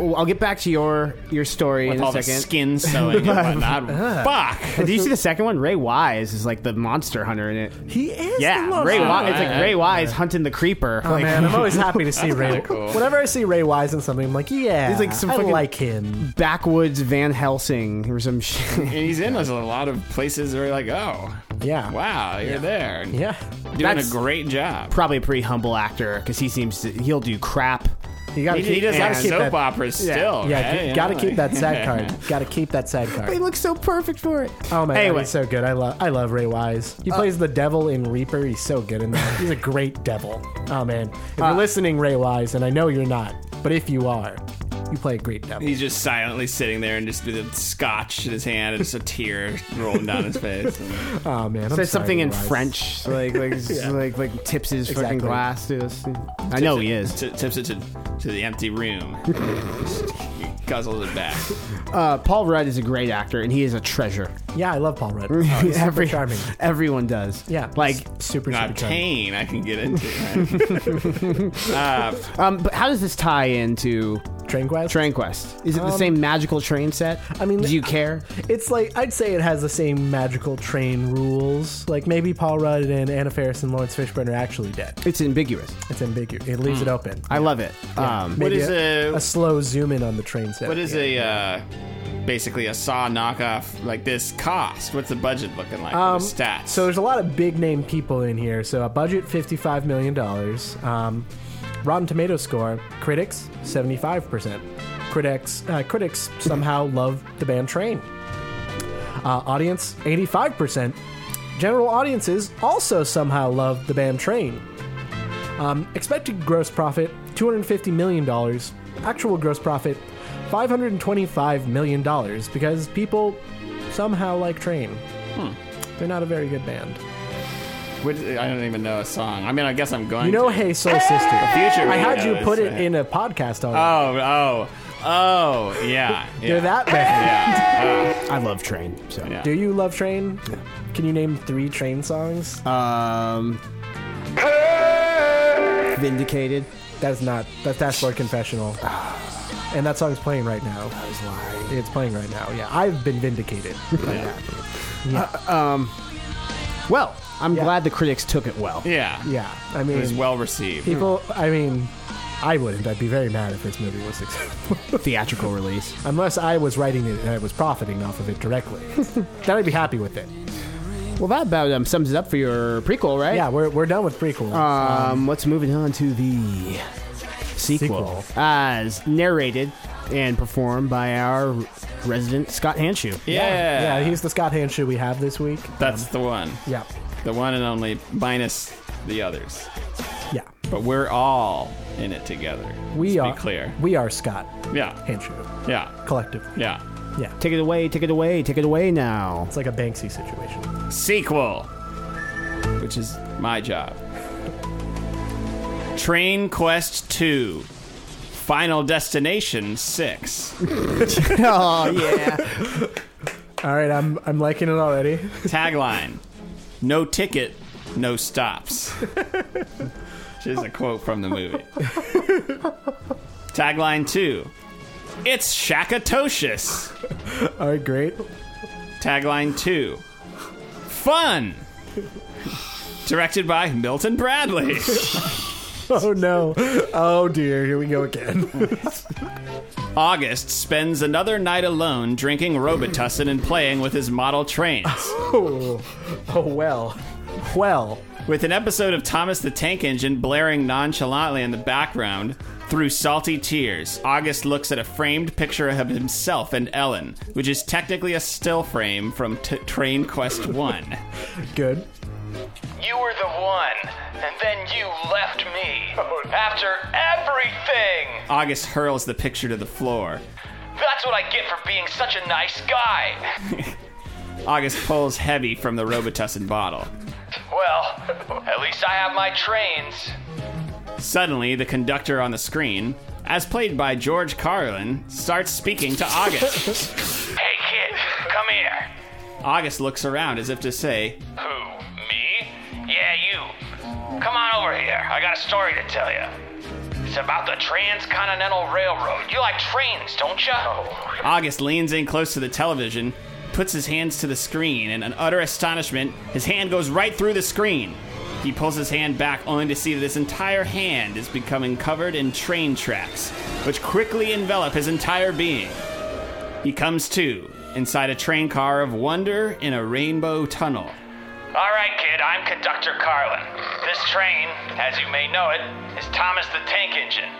S3: Oh, I'll get back to your your story
S4: With
S3: in a
S4: all the
S3: second.
S4: skin sewing
S5: (laughs)
S3: (laughs)
S4: and whatnot.
S5: Uh-huh.
S4: Fuck!
S3: Did you see the second one? Ray Wise is like the monster hunter in it.
S5: He is the
S3: Yeah,
S5: monster.
S3: Ray. Wise, it's
S4: I-
S3: like
S4: I-
S3: Ray Wise hunting the creeper.
S5: Oh
S3: like,
S5: man, I'm always happy to see Ray.
S4: kinda cool.
S5: Whenever I see Ray Wise in something, I'm like, yeah,
S3: He's like some
S5: I
S3: fucking-
S5: like him.
S3: (laughs) backwoods Van Helsing or some (laughs) shit.
S4: And he's in us a lot of places where you're like, oh,
S5: Yeah.
S4: wow, you're there. and
S5: Yeah.
S4: Doing
S3: That's-
S4: a great job.
S3: Probably a pretty humble actor because he seems to, he'll do crap.
S5: You gotta
S4: He,
S5: keep,
S4: he does
S5: you
S4: like
S5: gotta keep
S4: soap
S5: that.
S4: operas still.
S5: Yeah,
S4: right?
S5: g-
S4: You
S5: gotta
S4: know,
S5: keep
S4: like-
S5: that sad (laughs) card. gotta keep that sad
S3: He
S5: card.
S3: looks so perfect for it.
S5: Oh my god,
S3: Anyway. Uh,
S5: he's so good. I love I love Ray Wise. He plays the devil in Reaper. He's so good in that. He's a great devil. Oh man. If
S3: Uh,
S5: you're listening, Ray Wise, and I know you're not, but if you are, you play a great
S4: (laughs)
S5: devil.
S4: He's just silently sitting there and just with the scotch in his hand and just a tear rolling down his face.
S5: Oh man. I'm
S3: Says
S5: sorry,
S3: something
S5: Ray
S3: in
S5: Wise.
S3: French, like (laughs) like like like tips his
S5: Exactly.
S3: fucking glass to us. I know he is.
S4: T- tips it to, to the empty room. he guzzles it back.
S3: Uh, Paul Rudd is a great actor, and he is a treasure.
S5: Yeah, I love Paul
S3: (laughs)
S5: Rudd. Oh, he's super
S3: Every-
S5: charming.
S3: Everyone does. (laughs)
S5: Yeah.
S3: Like,
S5: s- super super
S4: Not
S5: charming.
S4: pain I can get into.
S5: (laughs)
S4: Right?
S3: um, but how does this tie into
S5: Train Quest?
S3: Train Quest? Is it the same magical train set?
S5: I mean,
S3: do you care?
S5: It's like I'd say it has the same magical train rules. Like maybe Paul Rudd and Anna Faris and Lawrence Fishburne are actually dead.
S3: It's ambiguous.
S5: It's ambiguous. It
S3: Hmm.
S5: leaves it open.
S3: I love it. Um,
S4: What
S5: Maybe
S4: is
S5: a,
S4: a-
S5: a slow zoom in on the train set?
S4: What is
S5: Yeah.
S4: a uh, basically a saw knockoff like this cost? What's the budget looking like?
S5: Um,
S4: for the stats.
S5: So there's a lot of big name people in here. So a budget $55 million. Um, Rotten Tomato score, critics, 75%. Critics, uh, critics somehow (laughs) love the band Train. Uh, audience, 85%. General audiences also somehow love the band Train. Um, expected gross profit, $250 million. Actual gross profit, $525 million because people somehow like Train. They're not a very good band.
S4: What is- I don't even know a song. I mean, I guess I'm going.
S5: You know,
S4: to.
S5: Hey Soul Sister.
S4: Future
S5: I had
S4: Weirdos,
S5: you put it
S4: right.
S5: in a podcast already.
S4: Oh, oh, oh, yeah. yeah.
S5: You're that band.
S4: Yeah. Oh,
S3: I love Train. So.
S4: Yeah.
S5: Do you love Train? Can you name three Train songs?
S4: Uh,
S3: Um, vindicated.
S5: That's not. That, that's Lord Confessional.
S4: Ah.
S5: And that song's playing right now. It's playing right now. Yeah, I've been
S4: (laughs)
S5: vindicated. by that.
S3: Well, I'm
S5: Yeah.
S3: glad the critics took it well.
S4: Oh, yeah.
S5: Yeah, I
S4: It was
S5: mean,
S4: well received.
S5: people. I mean, I wouldn't. I'd be very mad if this movie was successful. (laughs)
S3: Theatrical release.
S5: Unless I was writing it and I was profiting off of it
S4: (laughs)
S5: directly, then I'd be happy with it.
S3: Well, that about um, sums it up for your prequel, right?
S5: Yeah, we're, we're done with prequels.
S4: Uh,
S3: Um, let's moving on to the sequel,
S5: Sequel.
S3: as narrated and performed by our resident Scott Hanshoe.
S4: yeah.
S5: yeah, he's the Scott Hanshoe we have this week.
S4: That's the one.
S5: Yeah,
S4: The one and only, minus the others.
S5: yeah.
S4: But we're all in it together. Let's
S5: We are
S4: be clear.
S5: We are Scott
S4: Yeah.
S5: Hanshoe
S4: Yeah.
S5: collectively.
S4: Yeah.
S5: Yeah,
S3: Take it away, take it away, take it away now.
S5: it's like a Banksy situation.
S4: Sequel, which is my job. Train Quest 2. Final Destination 6.
S3: (laughs) oh yeah.
S5: All right, I'm I'm liking it already. (laughs)
S4: Tagline No ticket, no stops. Which is a quote from the movie. Tagline 2. It's Shakatocious.
S5: All right, great.
S4: Tagline two Fun! Directed by Milton Bradley.
S5: (laughs) Oh no. Oh dear. Here we go (laughs) again.
S4: August spends another night alone drinking Robitussin and playing with his model trains.
S5: Oh, oh well, well.
S4: with an episode of Thomas the Tank Engine blaring nonchalantly in the background. Through salty tears, August looks at a framed picture of himself and Ellen, which is technically a still frame from t- Train Quest 1.
S5: Good.
S2: You were the one, and then you left me. After everything!
S4: August hurls the picture to the floor.
S2: That's what I get for being such a nice guy.
S4: August pulls heavy from the Robitussin bottle.
S2: Well, at least I have my trains.
S4: Suddenly, the conductor on the screen, as played by George Carlin, starts speaking to August.
S2: Hey, kid, come here.
S4: August looks around as if to say,
S2: Who? Me? Yeah, you. Come on over here. I got a story to tell you. It's about the Transcontinental Railroad. You like trains, don't you?
S4: August leans in close to the television, puts his hands to the screen, and in utter astonishment, his hand goes right through the screen. He pulls his hand back only to see that his entire hand is becoming covered in train tracks, which quickly envelop his entire being. He comes to inside a train car of wonder in a rainbow tunnel.
S2: All right, kid, I'm Conductor Carlin. This train, as you may know it, is Thomas the Tank Engine.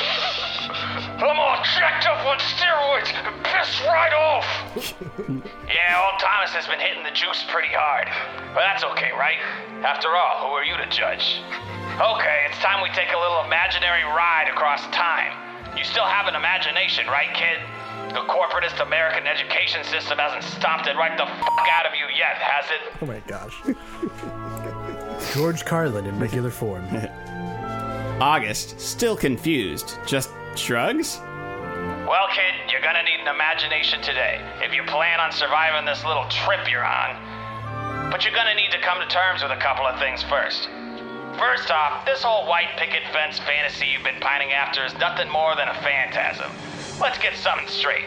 S2: (laughs) I'm all jacked up on steroids, pissed right off. yeah, old Thomas has been hitting the juice pretty hard. But that's okay, right? After all, who are you to judge? Okay, it's time we take a little imaginary ride across time. You still have an imagination, right, kid? The corporatist American education system hasn't stomped it right the fuck out of you yet, has it?
S5: Oh my gosh. George Carlin in regular form.
S4: August, still confused, just shrugs?
S2: Well, kid, you're gonna need an imagination today if you plan on surviving this little trip you're on. But you're gonna need to come to terms with a couple of things first. First off, this whole white picket fence fantasy you've been pining after is nothing more than a phantasm. Let's get something straight.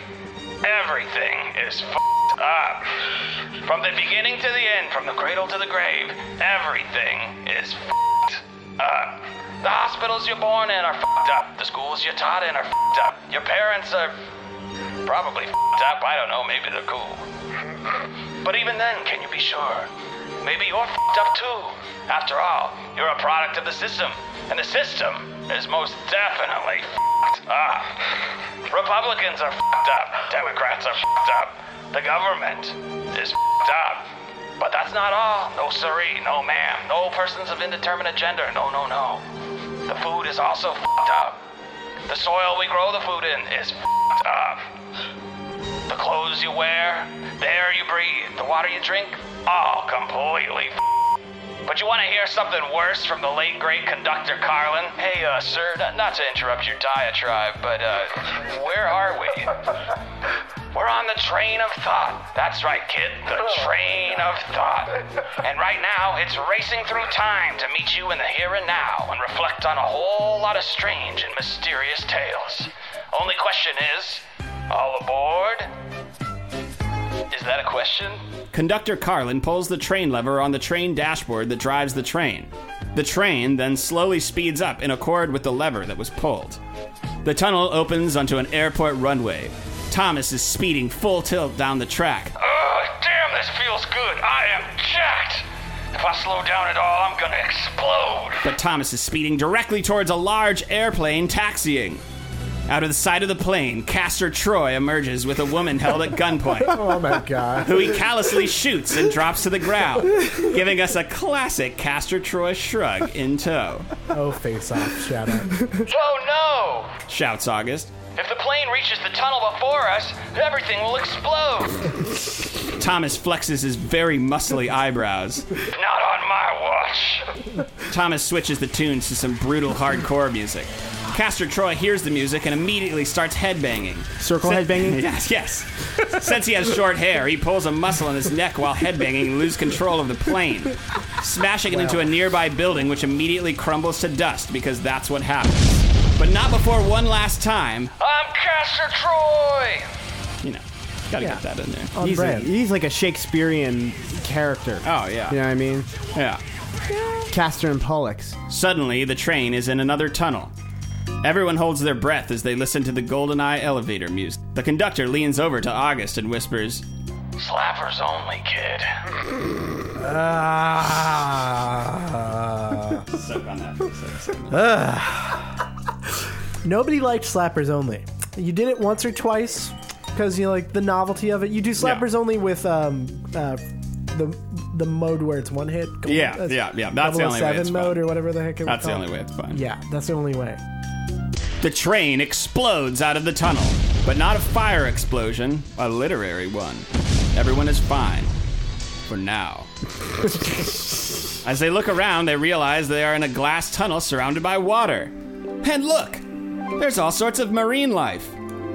S2: Everything is fed up. Ah, From the beginning to the end, from the cradle to the grave, everything is fed up. The hospitals you're born in are fed up. The schools you're taught in are fed up. Your parents are probably fed up. I don't know, maybe they're cool. But even then, can you be sure? Maybe you're fed up too. After all, you're a product of the system, and the system is most definitely fed up. Republicans are fed up. Democrats are fed up. The government is fed up. But that's not all. No siree, no ma'am, no persons of indeterminate gender. No, no, no. The food is also fed up. The soil we grow the food in is fed up. The clothes you wear, the air you breathe, the water you drink, all completely f- But you want to hear something worse from the late great conductor Carlin? Hey, uh, sir, n- not to interrupt your diatribe, but, uh, where are we? We're on the train of thought. That's right, kid, the train of thought. And right now, it's racing through time to meet you in the here and now and reflect on a whole lot of strange and mysterious tales. Only question is, all aboard? Is that a question?
S4: Conductor Carlin pulls the train lever on the train dashboard that drives the train. The train then slowly speeds up in accord with the lever that was pulled. The tunnel opens onto an airport runway. Thomas is speeding full tilt down the track.
S2: Ugh, damn, this feels good. I am jacked. If I slow down at all, I'm gonna explode.
S4: but Thomas is speeding directly towards a large airplane taxiing. Out of the side of the plane, Castor Troy emerges with a woman held at gunpoint,
S5: (laughs) Oh my god.
S4: who he callously shoots and drops to the ground, giving us a classic Castor Troy shrug in tow,
S5: Oh, face off. Shout out.
S2: (laughs) Oh no!
S4: shouts August.
S2: If the plane reaches the tunnel before us, everything will explode.
S4: Thomas flexes his very muscly eyebrows.
S2: (laughs) Not on my watch.
S4: Thomas switches the tunes to some brutal hardcore music. Castor Troy hears the music and immediately starts headbanging.
S3: Circle headbanging?
S4: (laughs) Yes, yes. Since he has short hair, he pulls a muscle in his neck while headbanging and loses control of the plane, smashing it into a nearby building, which immediately crumbles to dust because that's what happens. But not before one last time.
S2: I'm Caster Troy.
S4: You know, gotta get that in there.
S5: On
S3: He's, a,
S5: brand.
S3: he's like a Shakespearean character.
S4: Oh, yeah.
S3: You know what I mean?
S4: Yeah.
S3: Castor and Pollux.
S4: Suddenly, the train is in another tunnel. Everyone holds their breath as they listen to the GoldenEye elevator music. The conductor leans over to August and whispers,
S6: Slappers only, kid.
S5: Ah.
S4: Soak on that for a second.
S5: Nobody liked slappers only. You did it once or twice because you know, like the novelty of it. You do slappers only with um, uh, the the mode where it's one hit.
S4: Yeah,
S5: That's
S4: yeah, yeah. That's the only way
S5: 007
S4: it's
S5: mode
S4: fun.
S5: or whatever the heck it was
S4: That's the
S5: called.
S4: only way it's fun.
S5: Yeah, that's the only way.
S4: The train explodes out of the tunnel, but not a fire explosion, a literary one. Everyone is fine. For now. As they look around, they realize they are in a glass tunnel surrounded by water. And look! There's all sorts of marine life.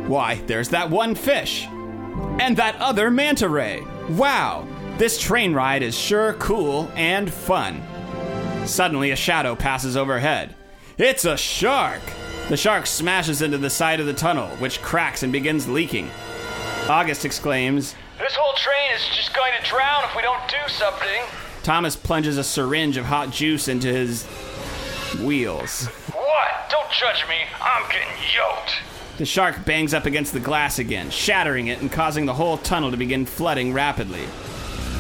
S4: Why, there's that one fish. And that other manta ray. Wow! This train ride is sure cool and fun. Suddenly, a shadow passes overhead. It's a shark! The shark smashes into the side of the tunnel, which cracks and begins leaking. August exclaims,
S2: (laughs) This whole train is just going to drown if we don't do something.
S4: Thomas plunges a syringe of hot juice into his wheels.
S2: What? Don't judge me. I'm getting yoked.
S4: The shark bangs up against the glass again, shattering it and causing the whole tunnel to begin flooding rapidly.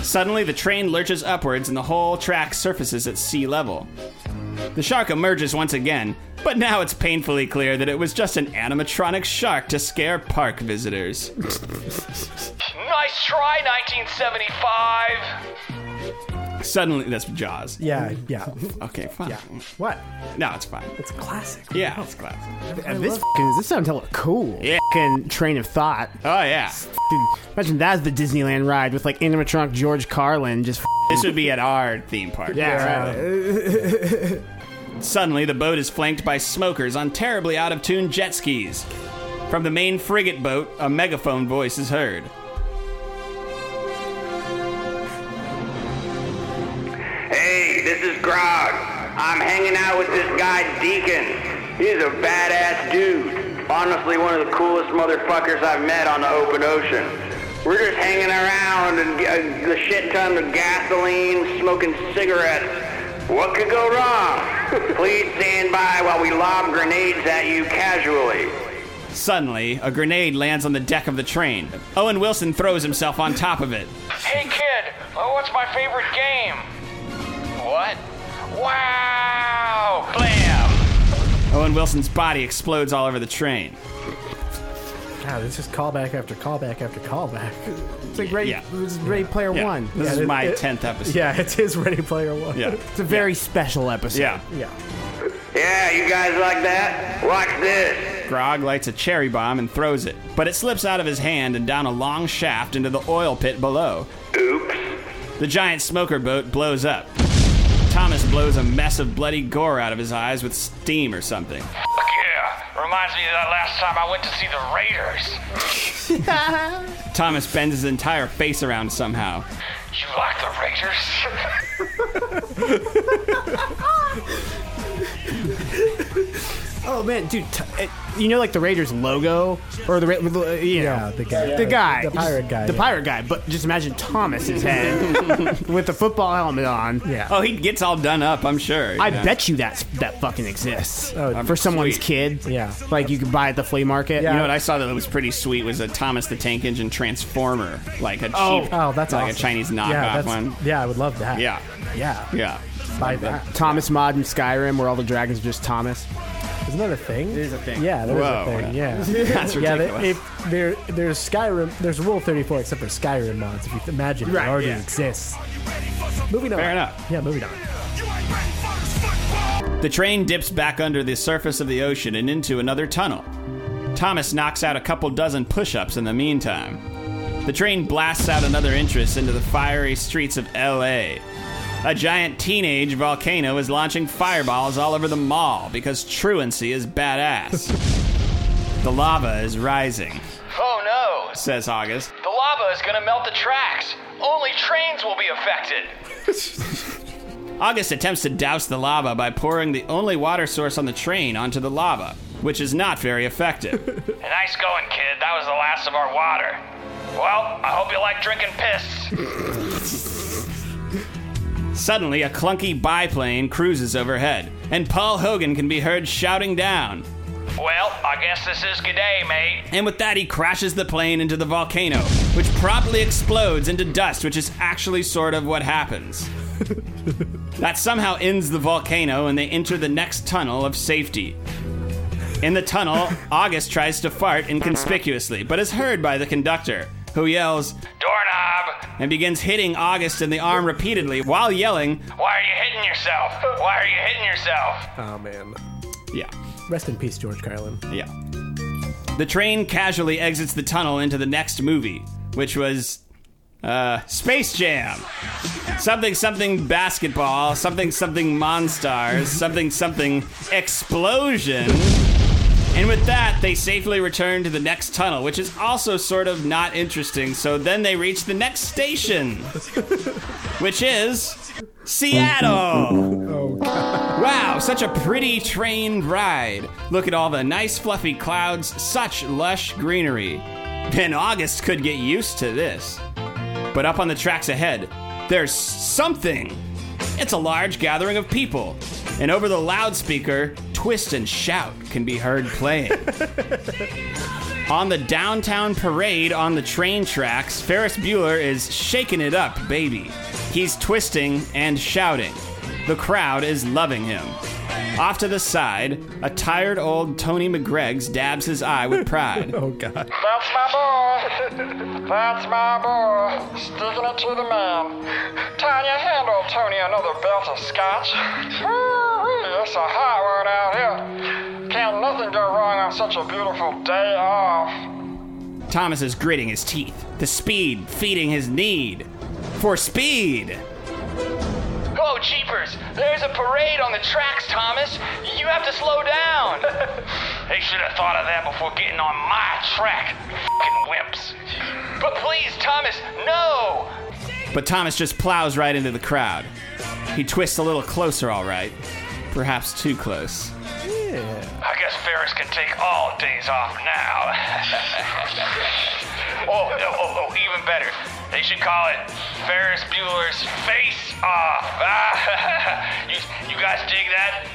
S4: Suddenly, the train lurches upwards and the whole track surfaces at sea level. The shark emerges once again, but now it's painfully clear that it was just an animatronic shark to scare park visitors.
S2: Nice try, 1975.
S4: Suddenly, that's Jaws. (laughs)
S5: Yeah, yeah.
S4: Okay, fine.
S5: what?
S4: No, it's fine.
S5: It's classic.
S4: Yeah, it's classic.
S3: this f***ing- this sounds hella cool.
S4: Yeah.
S3: F***ing train of thought.
S4: Oh, yeah.
S3: Dude, imagine that's the Disneyland ride with like animatronic George Carlin just. f***ing-
S4: This would be at our theme park. uh,
S3: Yeah.
S4: Suddenly, the boat is flanked by smokers on terribly out of tune jet skis. From the main frigate boat, a megaphone voice is heard.
S1: Hey, this is Grog. I'm hanging out with this guy, Deacon. He's a badass dude. Honestly, one of the coolest motherfuckers I've met on the open ocean. We're just hanging around and getting the shit ton of gasoline, smoking cigarettes. What could go
S7: (laughs)
S1: wrong? Please stand by while we lob grenades at you casually.
S4: Suddenly, a grenade lands on the deck of the train. Owen Wilson throws himself on top of it.
S2: Hey, kid, what's my favorite game? What? Wow! Blam!
S4: Owen Wilson's body explodes all over the train.
S5: God, it's just callback after callback after callback. (laughs)
S3: It's like Ready,
S4: Yeah.
S3: it's Ready Player
S4: Yeah.
S3: One.
S4: This
S5: Yeah,
S4: is
S5: it-
S4: my
S5: it-
S4: 10th episode.
S5: Yeah, it's his Ready Player One.
S4: Yeah.
S3: It's a very special episode.
S4: Yeah.
S5: (laughs) yeah.
S1: Yeah, you guys like that? Watch this.
S4: Grog lights a cherry bomb and throws it, but it slips out of his hand and down a long shaft into the oil pit below.
S1: Oops.
S4: The giant smoker boat blows up. Thomas blows a mess of bloody gore out of his eyes with steam or something.
S2: Fuck yeah! Reminds me of that last time I went to see the Raiders.
S4: Thomas bends his entire face around somehow.
S2: You like the Raiders? (laughs)
S3: Oh man, dude, t- it, you know like the Raiders logo or the Ra- you know,
S5: Yeah, the guy.
S3: the guy,
S5: The pirate guy.
S3: the
S5: yeah.
S3: pirate guy. But just imagine
S5: (laughs)
S3: Thomas's head with the football helmet on.
S5: Yeah.
S4: Oh, he gets all done up, I'm sure. you
S3: I
S4: know.
S3: bet you that's that fucking exists
S5: Oh,
S3: for someone's kid.
S5: Yeah.
S3: like you could buy it at the flea market.
S5: Yeah.
S4: You know what I saw that was pretty sweet was a Thomas the Tank Engine Transformer, like a cheap,
S3: Oh.
S5: Oh, that's
S4: like
S5: awesome.
S4: a Chinese knockoff
S5: yeah, that's-
S4: one.
S5: Yeah, I would love that.
S4: Yeah,
S5: Yeah.
S4: yeah.
S5: Buy that.
S3: Thomas mod in Skyrim, where all the dragons are just Thomas.
S5: Isn't that a thing? It
S4: is a thing.
S5: Yeah, that is
S4: Whoa.
S5: a thing. Yeah.
S4: (laughs) That's
S5: yeah, they-
S4: ridiculous.
S5: if there, there's Skyrim, there's Rule 34 except for Skyrim mods. If you imagine
S3: Right,
S5: it already
S3: yeah.
S5: exists. Moving on.
S4: Fair enough.
S5: Yeah, moving on.
S4: The train dips back under the surface of the ocean and into another tunnel. Thomas knocks out a couple dozen push ups in the meantime. The train blasts out another entrance into the fiery streets of LA. A giant teenage volcano is launching fireballs all over the mall because truancy is badass. the lava is rising,
S2: oh no!
S4: says August.
S2: The lava is gonna melt the tracks. Only trains will be affected.
S4: August attempts to douse the lava by pouring the only water source on the train onto the lava, which is not very effective.
S2: Nice going, kid. That was the last of our water. Well, I hope you like drinking (laughs) piss.
S4: Suddenly, a clunky biplane cruises overhead, and Paul Hogan can be heard shouting down.
S2: Well, I guess this is good day, mate.
S4: And with that, he crashes the plane into the volcano, which promptly explodes into dust, which is actually sort of what happens. that somehow ends the volcano, and they enter the next tunnel of safety. In the tunnel, August tries to fart inconspicuously, but is heard by the conductor, who yells
S2: Doorknob!
S4: and begins hitting August in the arm repeatedly while yelling,
S2: Why are you hitting yourself? Why are you hitting yourself?
S5: Oh man.
S4: Yeah,
S5: Rest in peace, George Carlin.
S4: yeah. The train casually exits the tunnel into the next movie, which was uh, Space Jam. Something something basketball, something something monstars, something something explosion. And with that, they safely return to the next tunnel, which is also sort of not interesting. So then they reach the next station, which is Seattle. Wow, such a pretty train ride. Look at all the nice fluffy clouds, such lush greenery. And August could get used to this. But up on the tracks ahead, there's something. It's a large gathering of people. And over the loudspeaker, Twist and Shout can be heard playing. (laughs) on the downtown parade on the train tracks, Ferris Bueller is shaking it up, baby. He's twisting and shouting. The crowd is loving him. Off to the side, a tired old Tony McGreg's dabs his eye with pride.
S5: (laughs) Oh god.
S2: That's my boy. (laughs) That's my boy. Sticking it to the man. Tanya, hand old Tony another belt of scotch. Woo-wee, It's a hot one out here. Can't nothing go wrong on such a beautiful day off.
S4: Thomas is gritting his teeth, the speed feeding his need for speed.
S2: Oh, jeepers! There's a parade on the tracks, Thomas! You have to slow down! (laughs) they should have thought of that before getting on my track, fing wimps. But please, Thomas, no!
S4: But Thomas just plows right into the crowd. He twists a little closer, all right. Perhaps too close.
S2: I guess Ferris can take all days off (laughs) now. oh, oh, oh, oh, even better. They should call it Ferris Bueller's Face Off. (laughs) Ah, you, you guys dig that?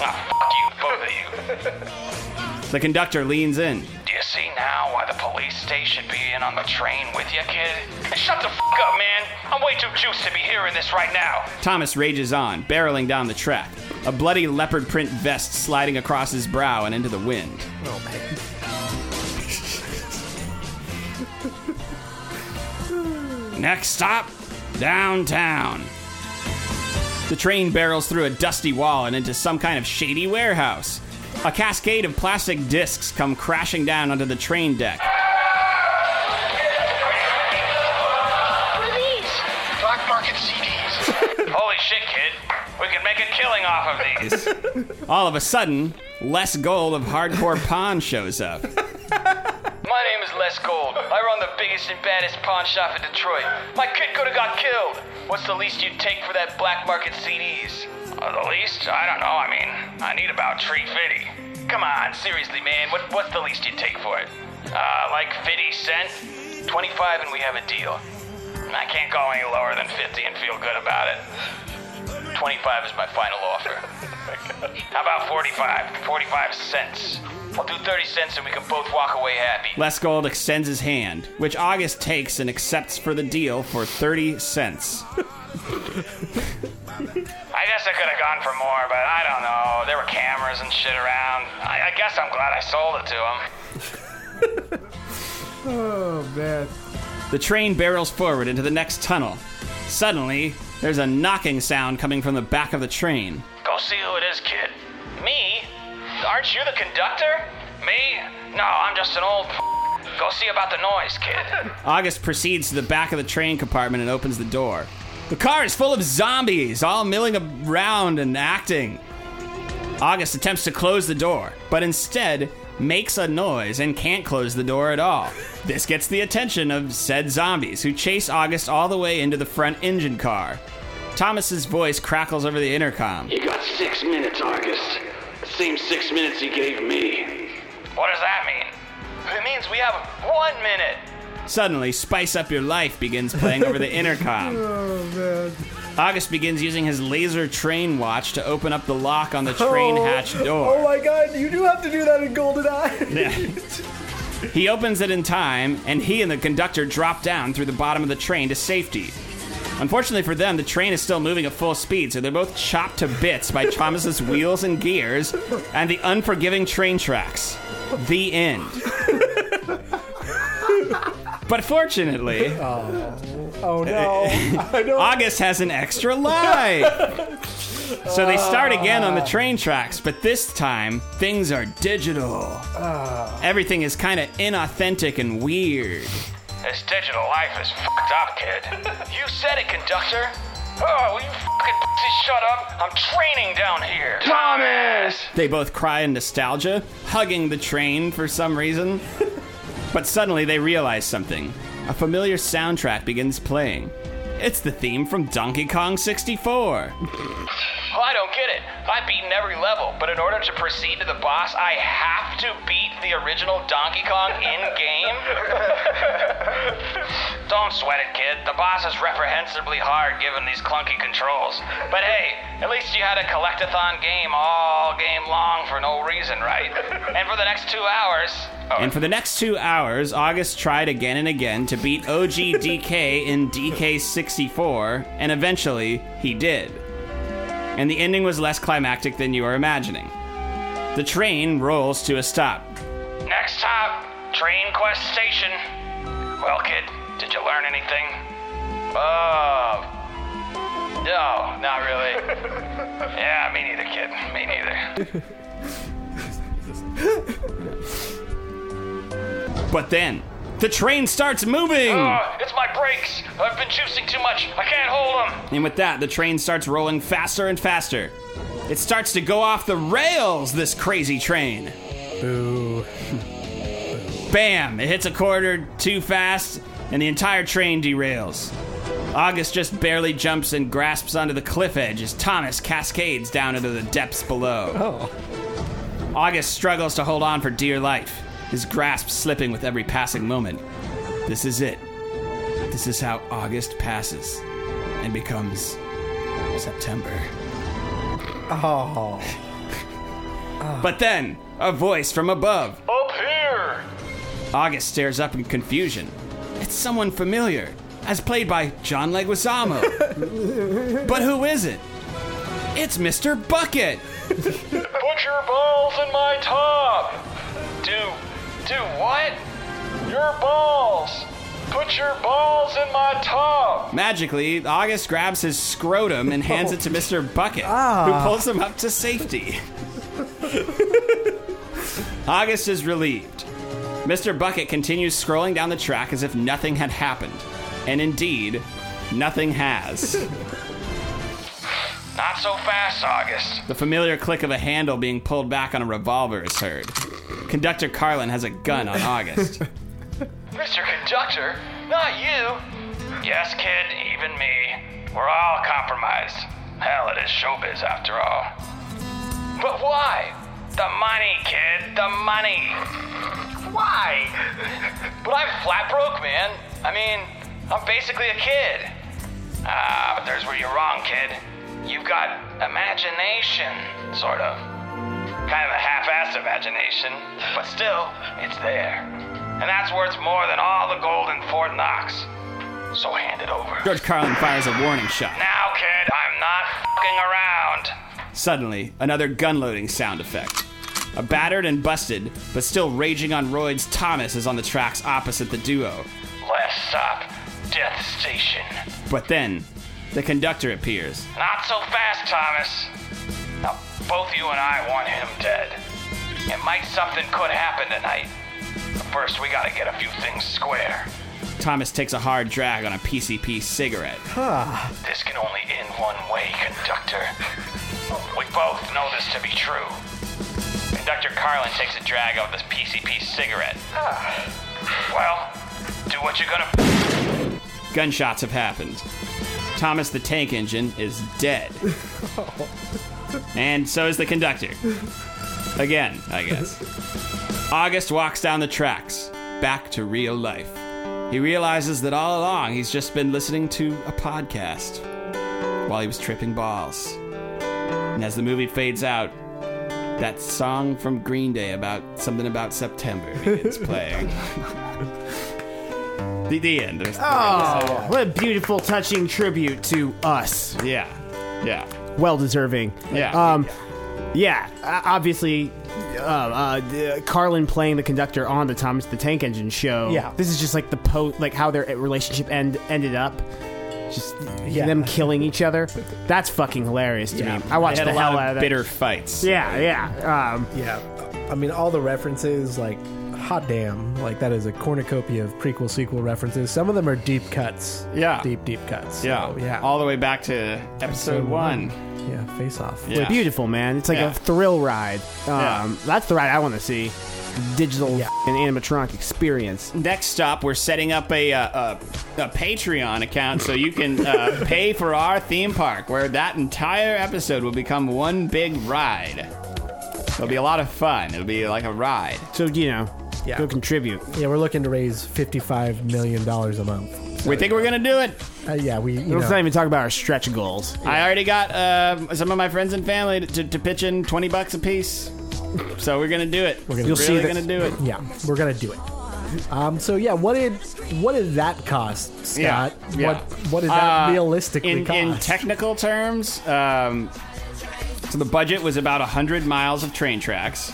S2: Ah, fuck you, both of you.
S4: The conductor leans in.
S2: Do you see now why the police state should be in on the train with you, kid? And shut the fuck up, man! I'm way too juiced to be hearing this right now.
S4: Thomas rages on, barreling down the track, a bloody leopard print vest sliding across his brow and into the wind.
S5: Oh man.
S4: Next stop, downtown. The train barrels through a dusty wall and into some kind of shady warehouse. A cascade of plastic discs come crashing down onto the train deck.
S2: Black market CDs. Holy shit, kid. We could make a killing off of these.
S4: All of a sudden, Les Gold of Hardcore Pawn shows up.
S2: My name is Les Gold. I run the biggest and baddest pawn shop in Detroit. My kid could have got killed. What's the least you'd take for that black market CDs? Uh, the least? I don't know. I mean, I need about three fifty. Come on, seriously, man. What, what's the least you'd take for it? Uh, like fifty cent? Twenty-five, and we have a deal. I can't go any lower than fifty and feel good about it. Twenty-five is my final offer. How about 45? 45 cents. I'll do 30 cents and we can both walk away happy.
S4: Les Gold extends his hand, which August takes and accepts for the deal for 30 cents.
S2: I guess I could have gone for more, but I don't know. There were cameras and shit around. I, I guess I'm glad I sold it to him.
S5: Oh man.
S4: The train barrels forward into the next tunnel. Suddenly, there's a knocking sound coming from the back of the train.
S2: Go see who it is, kid. Me? Aren't you the conductor? Me? No, I'm just an old. (laughs) F- Go see about the noise, kid.
S4: August proceeds to the back of the train compartment and opens the door. The car is full of zombies, all milling around and acting. August attempts to close the door, but instead makes a noise and can't close the door at all. This gets the attention of said zombies, who chase August all the way into the front engine car. Thomas's voice crackles over the intercom.
S7: You got six minutes, August. Same six minutes you gave me.
S2: what does that mean? It means we have one minute.
S5: (laughs)
S4: Suddenly, Spice Up Your Life begins playing over the intercom.
S5: Oh man.
S4: August begins using his laser train watch to open up the lock on the train hatch door.
S5: Oh my god, you do have to do that in GoldenEye.
S4: Yeah. (laughs) he opens it in time, and he and the conductor drop down through the bottom of the train to safety. Unfortunately for them, the train is still moving at full speed, so they're both chopped to bits by Thomas's wheels and gears and the unforgiving train tracks. The end. but fortunately,
S5: (laughs) Oh
S4: (laughs)
S5: no. I know.
S4: August has an extra life. so they start again on the train tracks, but this time things are digital. Everything is kind of inauthentic and weird.
S2: This digital life is fucked up, kid. you said it, conductor. Oh, will you fucking pussy shut up? I'm training down here.
S6: Thomas!
S4: They both cry in nostalgia, hugging the train for some reason. but suddenly they realize something. A familiar soundtrack begins playing. It's the theme from Donkey Kong 64.
S2: Well, I don't get it. I've beaten every level, but in order to proceed to the boss, I have to beat the original Donkey Kong in game? don't sweat it, kid. The boss is reprehensibly hard given these clunky controls. But hey, at least you had a collectathon game all game long for no reason, right? And for the next two hours. Oh,
S4: And for the next two hours, August tried again and again to beat OGDK in DK64, and eventually he did. And the ending was less climactic than you were imagining. The train rolls to a stop.
S2: next stop, Train Quest Station. Well, kid, did you learn anything? Uh, no, not really. (laughs) yeah, me neither, kid. Me (laughs) neither.
S4: But then, the train starts moving!
S2: Uh, it's my brakes. I've been juicing too much. I can't hold them.
S4: And with that, the train starts rolling faster and faster. It starts to go off the rails, this crazy train. Boo. Bam! It hits a quarter too fast, and the entire train derails. August just barely jumps and grasps onto the cliff edge as Thomas cascades down into the depths below. August struggles to hold on for dear life, his grasp slipping with every passing moment. This is it. This is how August passes and becomes September.
S5: Oh.
S4: (laughs) But then, a voice from above.
S2: Up here.
S4: August stares up in confusion. It's someone familiar, as played by John Leguizamo. but who is it? It's Mr. Bucket.
S2: Put your balls in my top. Do, do what? Your balls. Put your balls in my top.
S4: Magically, August grabs his scrotum and hands it to Mr. Bucket, who pulls him up to safety. (laughs) August is relieved. Mr. Bucket continues scrolling down the track as if nothing had happened. And indeed, nothing has.
S2: Not so fast, August.
S4: The familiar click of a handle being pulled back on a revolver is heard. Conductor Carlin has a gun on August.
S2: Mr. Conductor, not you. Yes, kid, even me. We're all compromised. Hell, it is showbiz after all. But why? The money, kid, the money. Why? but I'm flat broke, man. I mean, I'm basically a kid. Ah, but there's where you're wrong, kid. You've got imagination, sort of kind of a half-assed imagination, but still, it's there. And that's worth more than all the gold in Fort Knox. So hand it over.
S4: George Carlin fires a warning shot.
S2: Now, kid, I'm not fucking around.
S4: Suddenly, another gun loading sound effect. A battered and busted, but still raging on roids, Thomas is on the tracks opposite the duo.
S2: Last stop, Death Station.
S4: But then, the conductor appears.
S2: Not so fast, Thomas. Now, both you and I want him dead. It might something could happen tonight. But first, we gotta get a few things square.
S4: Thomas takes a hard drag on a PCP cigarette.
S2: This can only end one way, conductor. We both know this to be true. Conductor Carlin takes a drag of this PCP cigarette. (sighs) Well, do what you're gonna.
S4: Gunshots have happened. Thomas the tank engine is dead. and so is the conductor. Again, I guess. August walks down the tracks, back to real life. He realizes that all along he's just been listening to a podcast. while he was tripping balls. And as the movie fades out, that song from Green Day about something about September begins playing. the, the end. There's-
S3: Oh, what a beautiful, touching tribute to us.
S4: Yeah. Yeah.
S3: Well deserving.
S4: Yeah.
S3: Um, yeah. o- Obviously, uh, uh, d- Carlin playing the conductor on the Thomas the Tank Engine show.
S5: Yeah.
S3: This is just like the po like how their relationship end ended up. Just
S5: Yeah.
S3: them killing each other. That's fucking hilarious to me. I watched
S4: They
S3: the
S4: had a
S3: hell
S4: lot
S3: out of
S4: of
S3: that.
S4: bitter fights.
S3: Yeah, yeah. Um,
S5: Yeah, I mean all the references, like hot damn, like that is a cornucopia of prequel sequel references. Some of them are deep cuts.
S4: Yeah.
S5: deep deep cuts. So,
S3: Oh,
S4: Yeah.
S5: yeah,
S4: All the way back to episode one.
S5: yeah, face off.
S4: Yeah.
S3: Beautiful, man. It's like
S4: Yeah.
S3: a thrill ride. Um,
S4: Yeah.
S3: That's the ride I want to see. Digital
S5: Yeah.
S3: and animatronic experience.
S4: Next stop, we're setting up a, uh, a, a Patreon account so you can
S3: (laughs)
S4: uh, pay for our theme park, where that entire episode will become one big ride. It'll be a lot of fun. It'll be like a ride.
S3: So, you know,
S5: Yeah.
S3: go contribute.
S5: Yeah, we're looking to raise fifty-five million dollars a month.
S4: We think we're gonna do it.
S5: Uh, yeah, we. You
S3: Let's not
S5: know,
S3: even talk about our stretch goals.
S4: I already got uh, some of my friends and family to, to pitch in twenty bucks a piece, so we're gonna do it. We're
S5: gonna-
S4: really
S5: You'll see
S3: that-
S4: gonna do it.
S5: yeah, we're gonna do it. Um, so yeah, what did what did that cost, Scott?
S4: yeah.
S5: What what did that
S4: Uh,
S5: realistically
S4: in,
S5: cost?
S4: in technical terms, um, so the budget was about 100 miles of train tracks.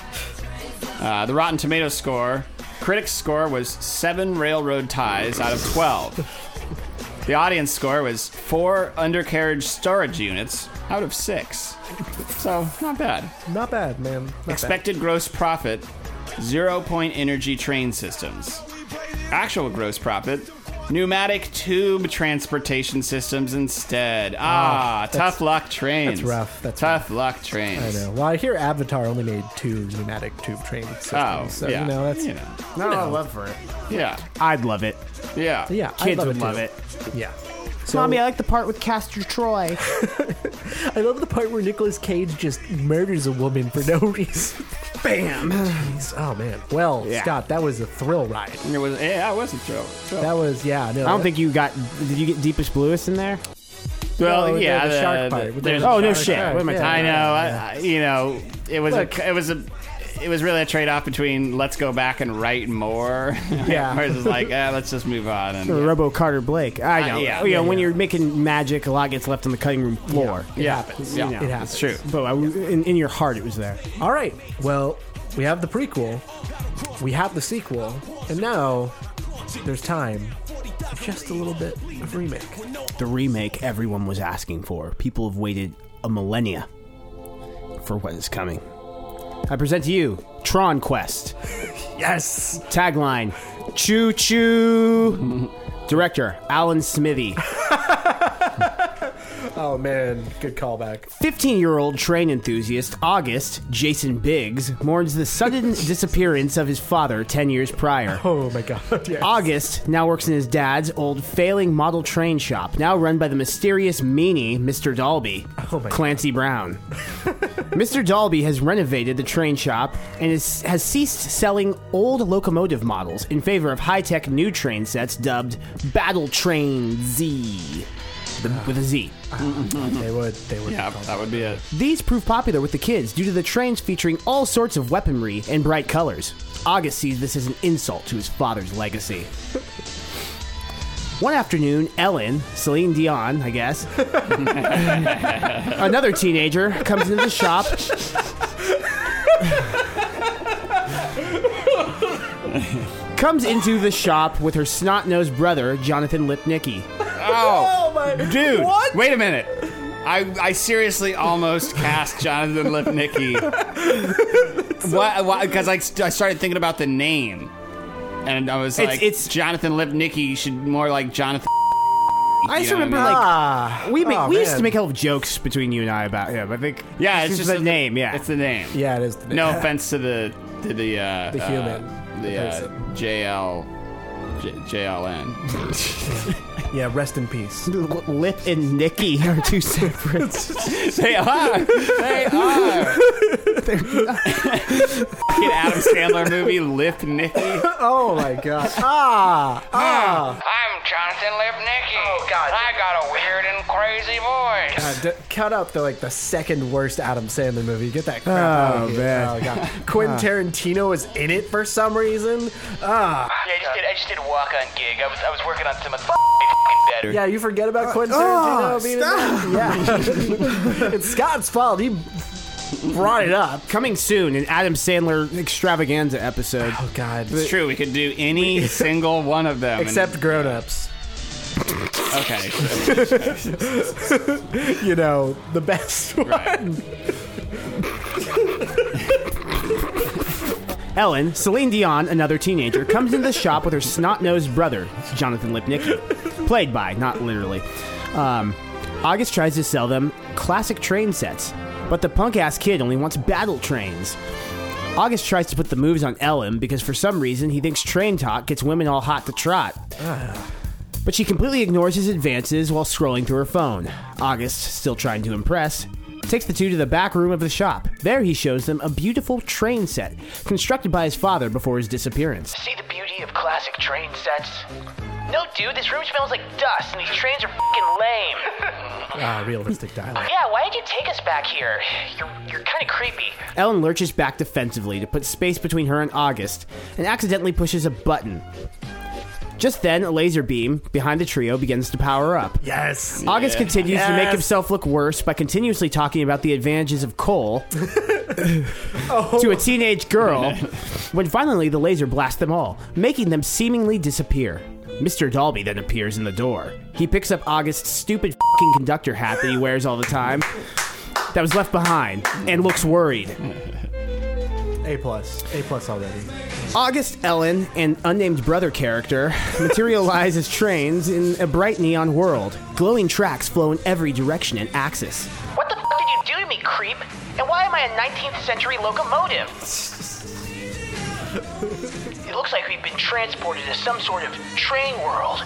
S4: Uh, the Rotten Tomatoes score, critics score was seven railroad ties out of 12. the audience score was four undercarriage storage units out of six. So, not bad.
S5: Not bad, man. Not bad.
S4: Expected gross profit, zero point energy train systems. Actual gross profit, pneumatic tube transportation systems instead. Ah, tough luck trains.
S5: that's rough, that's
S4: tough luck trains.
S5: I know. Well, I hear Avatar only made two pneumatic tube train systems.
S4: Oh,
S5: so
S4: yeah.
S5: you know that's
S4: You know,
S3: No, I love for it.
S4: yeah,
S3: I'd love it.
S4: yeah,
S5: yeah.
S3: Kids
S5: I love
S3: would
S5: it
S3: love
S5: too.
S3: it.
S5: Yeah.
S3: Mommy, I like the part with Castor Troy.
S5: I love the part where Nicolas Cage just murders a woman for no reason.
S3: Bam.
S5: Jeez. Oh man. Well,
S3: Yeah.
S5: Scott, that was a thrill ride.
S4: It was. Yeah, I wasn't thrilled. thrilled.
S5: That was yeah. No,
S3: I don't think you got. Did you get Deepest Bluest in there?
S4: well,
S5: no,
S4: yeah,
S5: the, the shark part.
S4: the-
S5: With
S4: there's-
S5: the
S3: Oh, no
S5: shark
S3: shit.
S5: part.
S3: What am I
S5: Yeah.
S4: I know. I, I- you know, it was
S5: Look.
S4: a. It was a. It was really a trade-off between let's go back and write more, (laughs)
S5: Yeah.
S4: versus like eh, let's just move on. And,
S3: Robo Carter Blake. I know.
S4: Uh, yeah.
S3: you know, when you're making magic, a lot gets left on the cutting room floor.
S4: it happens. Yeah,
S3: You know.
S5: It happens.
S4: it's true.
S3: But I, in, in your heart, it was there.
S5: All right. Well, we have the prequel, we have the sequel, and now there's time for just a little bit of remake.
S3: the remake everyone was asking for. People have waited a millennia for what is coming. I present to you Tron Quest.
S5: Yes.
S3: Tagline
S4: (laughs)
S3: Choo Choo. Director Alan Smithy.
S5: Oh man, good callback.
S3: 15 year old train enthusiast August Jason Biggs mourns
S5: (laughs)
S3: the sudden disappearance of his father 10 years prior.
S5: Oh my god. (laughs) Yes.
S3: August now works in his dad's old failing model train shop, now run by the mysterious meanie Mr. Dalby,
S5: Oh my (laughs)
S3: Clancy Brown. Mr. Dalby has renovated the train shop and is, has ceased selling old locomotive models in favor of high tech new train sets dubbed Battle Train Z. The- with a Z.
S5: They would. They would.
S4: Yeah, that would be it.
S3: These prove popular with the kids due to the trains featuring all sorts of weaponry and bright colors. August sees this as an insult to his father's legacy. One afternoon, Ellen, Celine Dion, I guess, (laughs) another teenager, comes into the shop. comes into the shop with her snot-nosed brother, Jonathan Lipnicki.
S4: Oh,
S5: my
S4: dude!
S5: What?
S4: Wait a minute. I, I seriously almost cast Jonathan
S3: (laughs)
S4: Lipnicki. Why? Because I, st- I started thinking about the name, and I was
S3: It's-
S4: like,
S3: it's-
S4: Jonathan Lipnicki should more like Jonathan."
S3: I just
S4: You know what I
S3: remember,
S4: mean?
S3: like,
S5: Ah,
S3: We make,
S5: oh,
S3: we used
S5: man.
S3: to make hell of jokes between you and I about him. I think
S4: Yeah,
S3: it's just
S4: a
S3: the name. Yeah,
S4: it's the name.
S5: Yeah, it is. The
S4: No offense to the to the uh,
S5: The
S4: uh,
S5: human.
S4: the
S5: The
S4: uh,
S5: person.
S4: JL J- JLN.
S5: Yeah, rest in peace.
S3: L- Lip and Nikki are two separate.
S4: (laughs) They are. They are. Fucking Adam Sandler movie, Lip Nicky.
S5: Oh my god. (laughs) Ah, ah.
S6: I'm Jonathan Lipnicki. Oh, God. I got a weird and crazy voice.
S5: Uh, d- cut out the like the second worst Adam Sandler movie. Get that crap out of here.
S3: man.
S5: Oh god. Quentin Tarantino is in it for some reason. Ah.
S2: Yeah, I just did. I just did a walk-on gig. I was I was working on some of the fucking better.
S5: Yeah, you forget about Quentin Tarantino
S3: oh,
S5: being in that? (laughs) Yeah. it's Scott's fault. He brought it up.
S3: Coming soon, an Adam Sandler extravaganza episode.
S5: Oh god.
S4: It's true. We could do any single one of them. and-
S5: Except grown-ups. (laughs)
S4: okay.
S5: You know, the best (laughs) one.
S4: Right.
S3: Ellen, Celine Dion, another teenager, comes into the shop with her snot-nosed brother, Jonathan Lipnick, played by, not literally. Um, August tries to sell them classic train sets, but the punk-ass kid only wants battle trains. August tries to put the moves on Ellen because for some reason he thinks train talk gets women all hot to trot. But she completely ignores his advances while scrolling through her phone. August, still trying to impress, takes the two to the back room of the shop. There he shows them a beautiful train set constructed by his father before his disappearance.
S2: See the beauty of classic train sets. No, dude, this room smells like dust, and these trains are fucking lame. (laughs)
S5: Ah, realistic dialogue.
S2: Yeah, why did you take us back here? You're you're kind of creepy.
S3: Ellen lurches back defensively to put space between her and August and accidentally pushes a button. Just then, a laser beam behind the trio begins to power up.
S5: Yes.
S3: August continues to make
S5: Yes.
S3: himself look worse by continuously talking about the advantages of coal to a teenage girl when finally the laser blasts them all, making them seemingly disappear. Mr. Dalby then appears in the door. He picks up August's stupid fing conductor hat that he wears all the time that was left behind and looks worried.
S5: A plus. A plus already.
S3: August Ellen and unnamed brother character (laughs) materialize as trains in a bright neon world. Glowing tracks flow in every direction and axis.
S2: What the fuck did you do to me, creep? And why am I a 19th century locomotive? it looks like we've been transported to some sort of train world.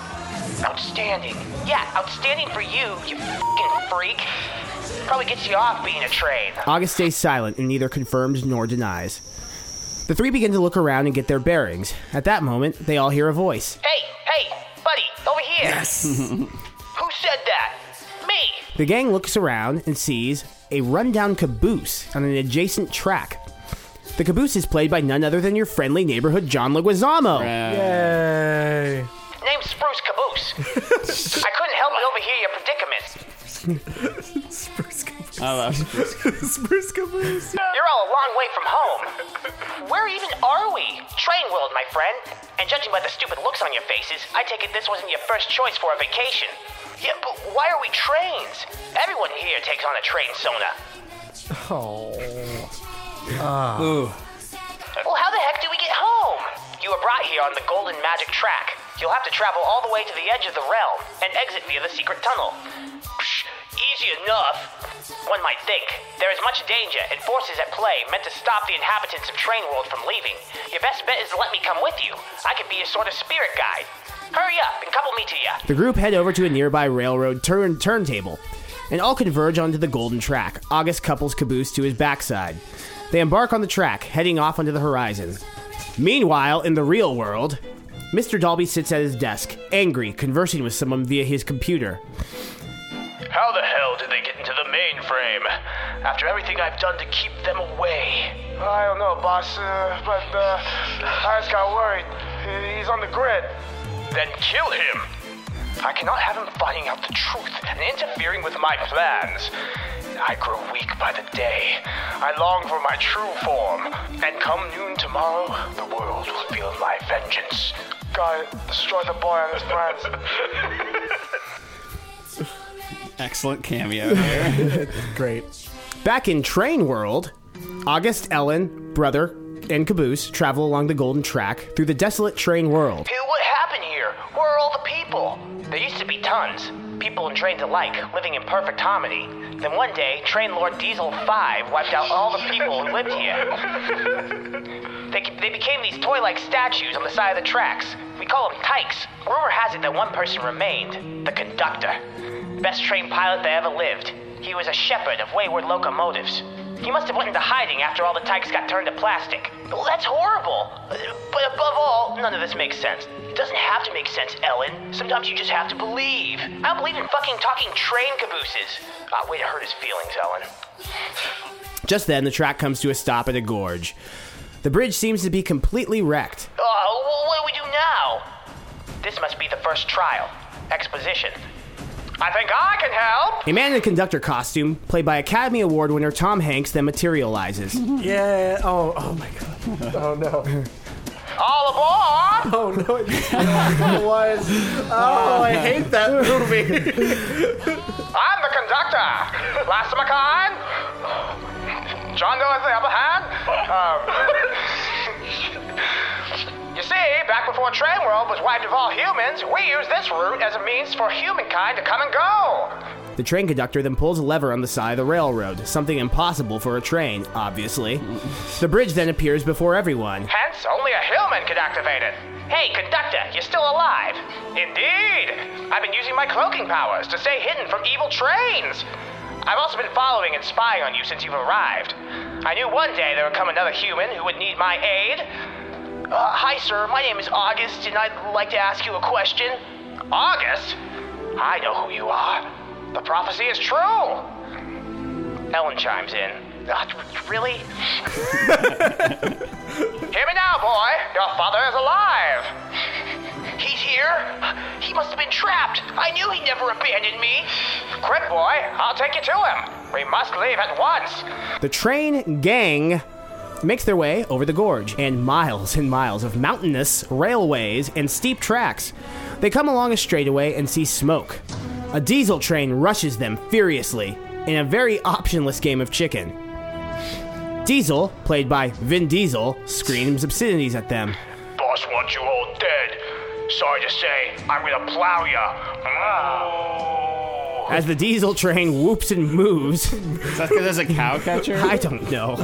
S2: Outstanding. Yeah, outstanding for you, you fucking freak. Probably gets you off being a train.
S3: August stays silent and neither confirms nor denies. The three begin to look around and get their bearings. At that moment, they all hear a voice.
S2: Hey, hey, buddy, over here. Yes. Who said that? Me.
S3: The gang looks around and sees a rundown caboose on an adjacent track. The caboose is played by none other than your friendly neighborhood John Leguizamo.
S5: Uh, Yay.
S2: Name's Spruce Caboose. I couldn't help but overhear your predicament.
S4: I love it.
S5: (laughs) Spruce caboose.
S2: You're all a long way from home. Where even are we? Train world, my friend. And judging by the stupid looks on your faces, I take it this wasn't your first choice for a vacation. Yeah, but why are we trains? Everyone here takes on a train Sona.
S5: Oh.
S2: Well, how the heck do we get home? You were brought here on the Golden Magic Track. You'll have to travel all the way to the edge of the realm and exit via the secret tunnel. Psh, easy enough, one might think. There is much danger and forces at play meant to stop the inhabitants of Train World from leaving. Your best bet is to let me come with you. I could be a sort of spirit guide. Hurry up and couple me to ya.
S3: The group head over to a nearby railroad turn- turntable and all converge onto the golden track. August couples Caboose to his backside. They embark on the track, heading off onto the horizon. Meanwhile, in the real world, Mr. Dalby sits at his desk, angry, conversing with someone via his computer.
S2: How the hell did they get into the mainframe? After everything I've done to keep them away.
S9: I don't know, boss, uh, but uh, I just got worried. He- He's on the grid.
S2: Then kill him! I cannot have him finding out the truth and interfering with my plans. I grow weak by the day. I long for my true form. And come noon tomorrow, the world will feel my vengeance.
S9: Got it. Destroy the boy and his friends.
S2: (laughs)
S4: Excellent cameo there.
S5: Great.
S3: Back in Train World, August, Ellen, Brother, and Caboose travel along the golden track through the desolate train world.
S2: Hey, what happened here? Where are all the people? There used to be tons. People and trains alike, living in perfect harmony. Then one day, Train Lord Diesel 5 wiped out all the people who lived here. They, they became these toy like statues on the side of the tracks. We call him Tykes. Rumor has it that one person remained the conductor. Best trained pilot that ever lived. He was a shepherd of wayward locomotives. He must have went into hiding after all the Tykes got turned to plastic. Well, that's horrible. Uh, But above all, none of this makes sense. It doesn't have to make sense, Ellen. Sometimes you just have to believe. I don't believe in fucking talking train cabooses. Ah, way to hurt his feelings, Ellen.
S3: Just then, the track comes to a stop at a gorge. The bridge seems to be completely wrecked.
S2: Oh, wh- what do we do now? This must be the first trial. Exposition. I think I can help.
S3: A man in a conductor costume, played by Academy Award winner Tom Hanks, then materializes.
S5: Yeah. Oh. Oh my god. (laughs) Oh no.
S2: All aboard!
S5: Oh no. It it (laughs) was. Oh, I hate that movie.
S2: I'm the conductor. Last of my kind. John Doe has the upper hand. Uh, (laughs) you see, back before Train World was wiped of all humans, we used this route as a means for humankind to come and go.
S3: The train conductor then pulls a lever on the side of the railroad, something impossible for a train, obviously. The bridge then appears before everyone.
S2: Hence, only a hillman could activate it. Hey, conductor, you're still alive. Indeed. I've been using my cloaking powers to stay hidden from evil trains. I've also been following and spying on you since you've arrived. I knew one day there would come another human who would need my aid. Uh, hi, sir. My name is August, and I'd like to ask you a question. August? I know who you are. The prophecy is true. Ellen chimes in. "Ah, really? Hear me now, boy. Your father is alive. He's here. He must have been trapped. I knew he never abandoned me. Quit, boy. I'll take you to him. We must leave at once.
S3: The train gang makes their way over the gorge and miles and miles of mountainous railways and steep tracks. They come along a straightaway and see smoke. A diesel train rushes them furiously in a very optionless game of chicken. Diesel, played by Vin Diesel, screams obscenities at them.
S1: Boss wants you all dead. Sorry to say, I'm gonna plow ya.
S3: As the diesel train whoops and moves, (laughs)
S4: Is that 'cause there's a cow catcher?
S3: I don't know.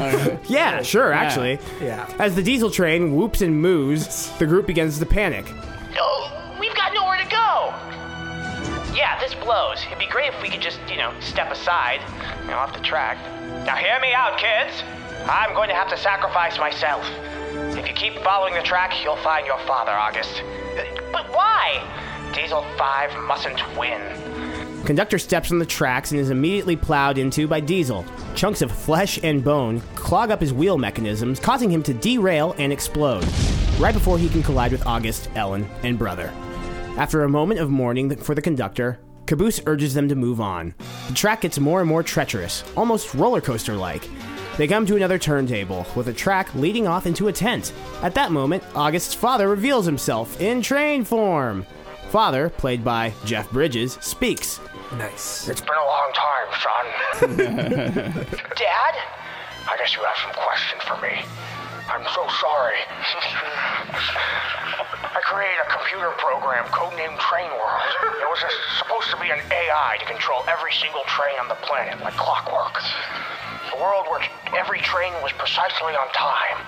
S3: yeah, sure, actually.
S5: Yeah.
S3: As the diesel train whoops and moves, the group begins to panic.
S2: Oh, we've got nowhere to go. Yeah, this blows. It'd be great if we could just, you know, step aside, you know, off the track. Now hear me out, kids. I'm going to have to sacrifice myself. If you keep following the track, you'll find your father, August. Uh, But why? Diesel 5 mustn't win.
S3: Conductor steps on the tracks and is immediately plowed into by diesel. Chunks of flesh and bone clog up his wheel mechanisms, causing him to derail and explode, right before he can collide with August, Ellen, and brother. After a moment of mourning for the conductor, Caboose urges them to move on. The track gets more and more treacherous, almost roller coaster like. They come to another turntable, with a track leading off into a tent. At that moment, August's father reveals himself in train form. Father, played by Jeff Bridges, speaks.
S5: Nice.
S1: It's been a long time, son.
S2: Dad?
S1: I guess you have some question for me. I'm so sorry. I created a computer program codenamed Train World. It was just supposed to be an AI to control every single train on the planet, like clockwork. The world where every train was precisely on time,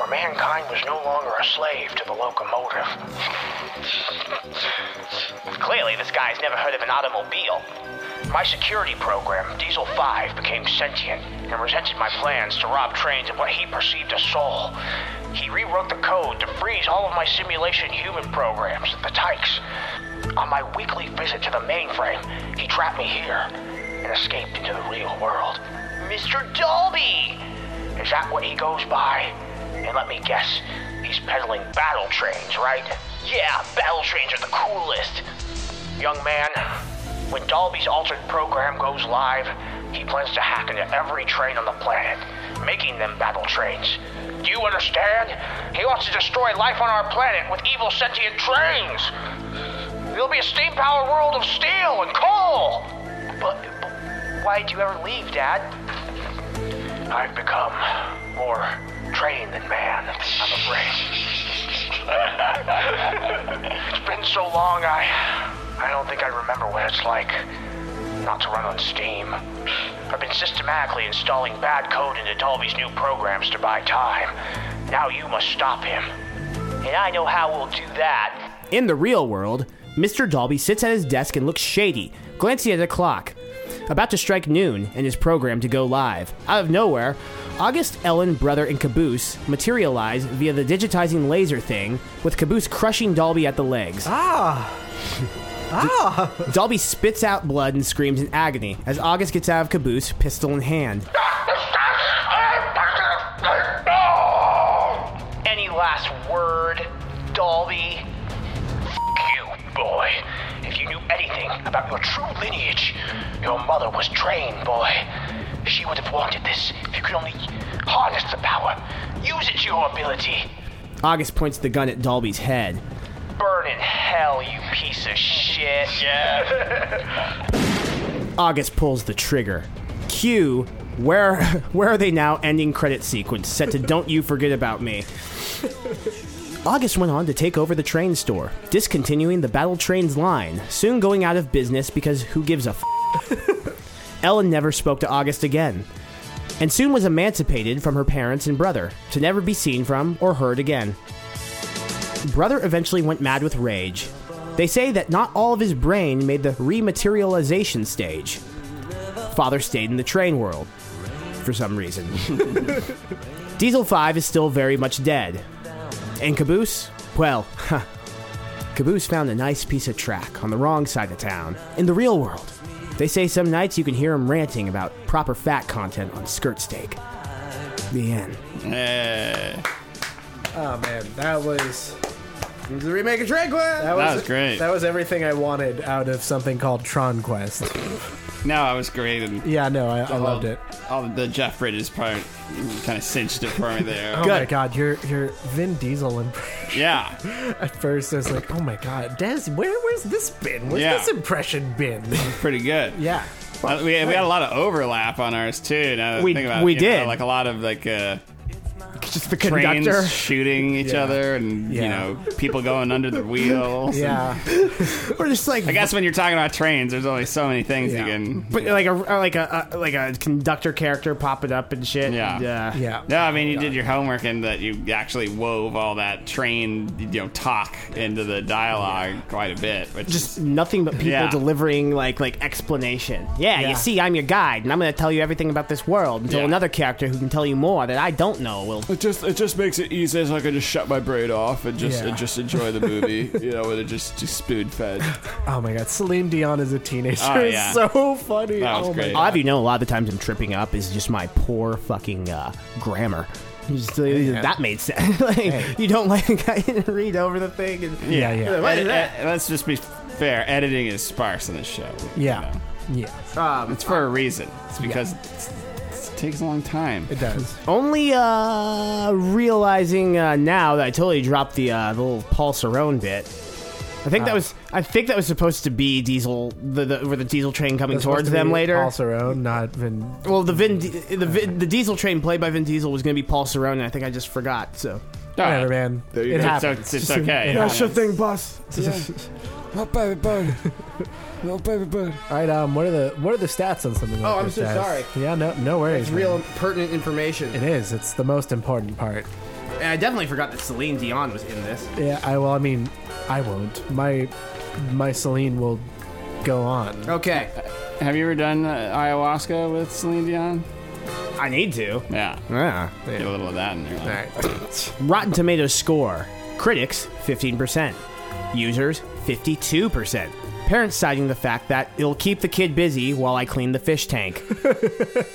S1: where mankind was no longer a slave to the locomotive.
S2: Clearly, this guy's never heard of an automobile. My security program, Diesel 5, became sentient and resented my plans to rob trains of what he perceived as soul. He rewrote the code to freeze all of my simulation human programs, the Tykes. On my weekly visit to the mainframe, he trapped me here and escaped into the real world. Mr. Dolby! Is that what he goes by? And let me guess, he's peddling battle trains, right? Yeah, battle trains are the coolest. Young man, when Dolby's altered program goes live, he plans to hack into every train on the planet, making them battle trains. Do you understand? He wants to destroy life on our planet with evil sentient trains. There'll be a steam powered world of steel and coal. But, but why'd you ever leave, Dad? I've become more trained than man, I'm afraid. (laughs) it's been so long, I. I don't think I remember what it's like not to run on Steam. I've been systematically installing bad code into Dolby's new programs to buy time. Now you must stop him. And I know how we'll do that.
S3: In the real world, Mr. Dalby sits at his desk and looks shady, glancing at the clock. About to strike noon and his program to go live. Out of nowhere, August, Ellen, Brother, and Caboose materialize via the digitizing laser thing, with Caboose crushing Dalby at the legs.
S5: Ah!
S3: Ah! Dalby spits out blood and screams in agony as August gets out of Caboose, pistol in hand.
S10: Any last word, Dolby? F- you, boy. If you knew anything about your true lineage, your mother was trained, boy. She would have wanted this if you could only harness the power, use it to your ability.
S3: August points the gun at Dalby's head.
S10: Burn in hell, you piece of shit. (laughs) Yeah.
S3: August pulls the trigger. Cue where (laughs) where are they now ending credit sequence set to Don't You Forget About Me. August went on to take over the train store, discontinuing the Battle Trains line, soon going out of business because who gives a f? (laughs) Ellen never spoke to August again, and soon was emancipated from her parents and brother, to never be seen from or heard again. Brother eventually went mad with rage. They say that not all of his brain made the rematerialization stage. Father stayed in the train world for some reason. Diesel 5 is still very much dead. And Caboose? Well, huh. Caboose found a nice piece of track on the wrong side of town, in the real world. They say some nights you can hear him ranting about proper fat content on skirt steak. The end.
S5: Oh man, that was
S3: the remake of Train Quest.
S5: That
S4: was great.
S5: That was everything I wanted out of something called Tron Quest.
S4: No, I was great. And
S5: yeah, no, I, I loved it.
S4: All the Jeff Bridges part kind of cinched it for me there.
S5: Oh my god, your your Vin Diesel impression.
S4: Yeah.
S5: At first, I was like, oh my god, Des, where where's this been? Where's
S4: Yeah.
S5: this impression been?
S4: pretty good.
S5: yeah.
S4: Uh, we, we had a lot of overlap on ours too. Now that I
S3: We-
S4: think about it,
S3: we
S4: you
S3: did.
S4: know, like a lot of like uh,
S3: Just the
S4: trains
S3: conductor.
S4: shooting each
S5: Yeah.
S4: other, and
S5: Yeah.
S4: you know people going under the wheels. (laughs)
S5: (laughs) Yeah.
S3: We're just like
S4: I guess when you're talking about trains, there's only so many things
S5: Yeah. uh,
S4: you can.
S3: But like a like a like a conductor character popping up and uh, shit.
S4: Yeah.
S3: yeah,
S5: Yeah.
S4: No, I mean you did your homework in that you actually wove all that train you know talk into the dialogue quite a bit, which
S3: Just nothing but people
S4: Yeah.
S3: delivering like like explanation. Yeah,
S5: Yeah.
S3: you see, I'm your guide, and I'm going to tell you everything about this world until
S4: Yeah.
S3: another character who can tell you more that I don't know will.
S4: It just it just makes it easy so I can just shut my brain off and
S5: just- Yeah. and just
S4: enjoy the
S5: (laughs)
S4: movie, you know, with it just just spoon fed.
S5: (laughs) Oh my god, Celine Dion as a teenager
S4: Oh,
S5: is
S4: yeah.
S5: so funny.
S4: That was
S5: oh
S4: great.
S5: my
S3: I'll have you know, a lot of the times I'm tripping up is just my poor fucking uh, grammar. Just, uh, That made sense. (laughs) like, You don't like (laughs) I didn't read over the thing. And,
S5: Yeah, yeah.
S3: What is that?
S4: let's just be fair. Editing is sparse in this show. you
S5: Yeah.
S4: know.
S5: Yeah.
S4: it's for a reason. It's because it's- it's- it takes a long time.
S5: It does.
S3: Only uh, realizing uh, now that I totally dropped the, uh, the little Paul Cerrone bit. I think that was I think that was supposed to be Diesel the, the where the Diesel train coming towards them later.
S5: Paul Cerrone, not Vin.
S4: Oh,
S3: well, the Vin Di- the Vin, the Diesel train played by Vin Diesel was going to be Paul Cerrone, and I think I just forgot. So
S5: Whatever, man.
S4: you
S5: it
S4: go. It's-
S5: happens.
S4: it's
S5: (laughs)
S4: okay. It happens.
S5: thing, boss.
S11: Little
S4: (laughs)
S11: baby bird. Little baby bird.
S5: (laughs) All right. Um. What are the What are the stats on something like
S11: I'm
S5: this,
S11: so
S5: guys?
S11: sorry.
S5: Yeah. No. No worries. man.
S3: pertinent information.
S5: It is. It's the most important part.
S3: And I definitely forgot that Celine Dion was in this.
S5: Yeah. I. Well. I mean, I won't. My My Celine will go on.
S4: Oh.
S3: Okay,
S4: Have you ever done uh, ayahuasca with Celine Dion?
S3: I need to.
S4: Yeah.
S3: Yeah.
S4: Get a little of that in there.
S3: Rotten Tomatoes score critics 15%, users 52%. Parents citing the fact that it'll keep the kid busy while I clean the fish tank.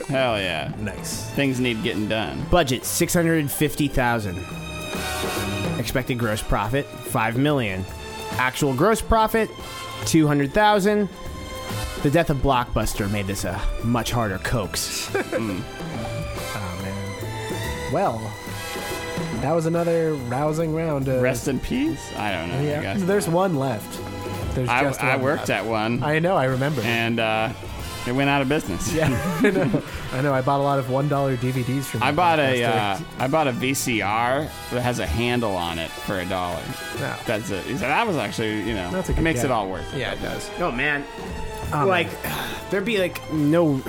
S4: Hell yeah.
S5: Nice.
S4: Things need getting done.
S3: Budget 650,000. Expected gross profit 5 million. Actual gross profit 200,000. The death of Blockbuster made this a much harder coax.
S5: Oh, Well, that was another rousing round. Of,
S4: Rest in peace? I don't know. I
S5: Yeah.
S4: guess.
S5: There's one left. There's
S4: I,
S5: just
S4: I
S5: one
S4: worked at
S5: left.
S4: one
S5: I know. I remember.
S4: and uh, it went out of business.
S5: Yeah, I know. I know. I bought a lot of one dollar DVDs from.
S4: (laughs) I
S5: you
S4: bought
S5: last
S4: a
S5: week.
S4: uh, I bought a VCR that has a handle on it for a dollar.
S5: Wow.
S4: That's it. So uh, that was actually you know
S5: That's a good
S4: it makes
S5: get.
S4: it all worth it.
S5: yeah, it does.
S3: (sighs) Oh man, like there'd be like no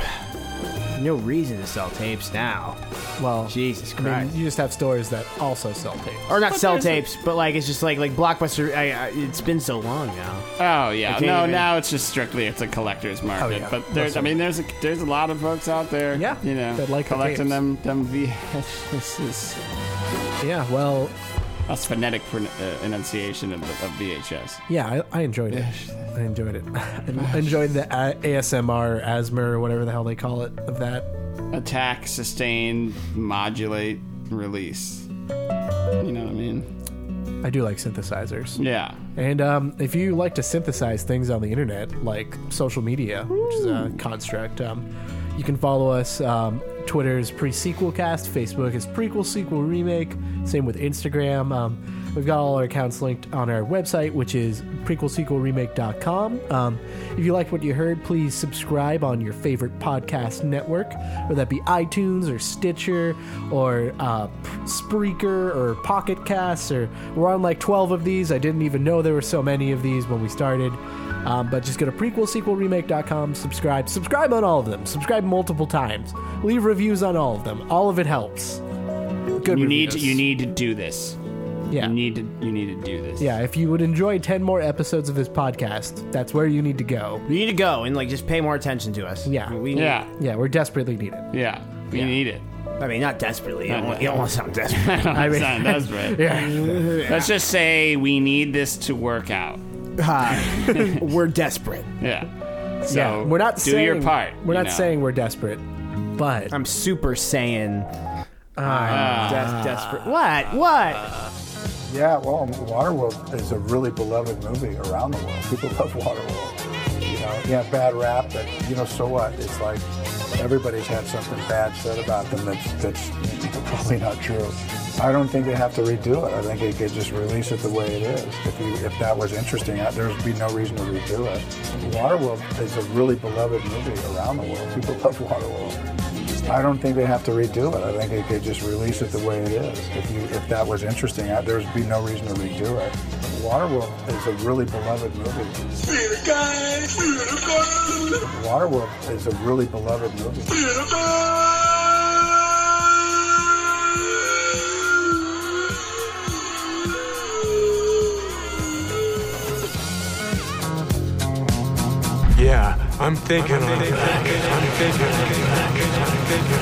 S3: no reason to sell tapes now.
S5: Well,
S3: Jesus Christ.
S5: I mean, you just have stores that also sell tapes.
S3: or not sell tapes, but like it's just like like Blockbuster. I, I, it's been so long now.
S4: Oh yeah,
S3: I can't
S4: no.
S3: even-
S4: Now it's just strictly it's a collector's market.
S3: yeah.
S4: But there's, I mean, there's a, there's a lot of folks out there. Yeah, you know,
S5: that like the
S4: collecting them
S5: tapes.
S4: them (laughs) VHSs.
S5: Yeah, well,
S4: that's phonetic pron- uh, enunciation of, of VHS.
S5: Yeah, I, I enjoyed it. I enjoyed it. (laughs) I enjoyed the uh, ASMR, ASMR, or whatever the hell they call it, of that.
S4: Attack, sustain, modulate, release. You know what I mean?
S5: I do like synthesizers.
S4: Yeah.
S5: And um, if you like to synthesize things on the internet, like social media, which is a construct, um, you can follow us. Um, Twitter's pre-sequel cast, Facebook is prequel sequel remake. Same with Instagram. Um, we've got all our accounts linked on our website, which is prequelsequelremake.com. Um, if you liked what you heard, please subscribe on your favorite podcast network, whether that be iTunes or Stitcher or uh, Spreaker or Pocket Casts. Or we're on like 12 of these. I didn't even know there were so many of these when we started. Um, but just go to prequelsequelremake.com, subscribe, subscribe on all of them, subscribe multiple times, leave reviews on all of them. All of it helps. Good
S4: you need to,
S5: reviews.
S4: you need to do this.
S5: Yeah.
S4: You need to you need to do this.
S5: Yeah, if you would enjoy 10 more episodes of this podcast, that's where you need to go.
S3: You need to go and like just pay more attention to us.
S5: Yeah.
S3: We need-
S5: yeah. Yeah, we're desperately needed.
S4: Yeah. We need it. (laughs)
S3: I mean, not desperately. You
S4: Not
S3: don't, want, you don't want to sound desperate.
S4: I mean, that's right.
S5: Yeah.
S4: Let's just say we need this to work out.
S3: Hi. we're desperate.
S4: Yeah. So
S5: yeah, we're not
S4: do
S5: saying,
S4: your part.
S5: We're
S4: you
S5: not
S4: know.
S5: saying we're desperate, but
S3: I'm super saying
S5: Ah.
S3: des- desperate. What? What?
S12: Yeah, well, Waterworld is a really beloved movie around the world. People (laughs) love Waterworld. You know, yeah, bad rap, but you know, so what? It's like everybody's had something bad said about them that's that's probably not true. I don't think they have to redo it. I think they could just release it the way it is. If you, if that was interesting, I- there would be no reason to redo it. Waterworld is a really beloved movie around the world. People love Waterworld. I don't think they have to redo it. I think they could just release it the way it is. If you, if that was interesting, I- there'd be no reason to redo it. Waterworld is a really beloved movie. Waterworld is a really beloved movie.
S13: Yeah, I'm thinking on it. I'm thinking on it.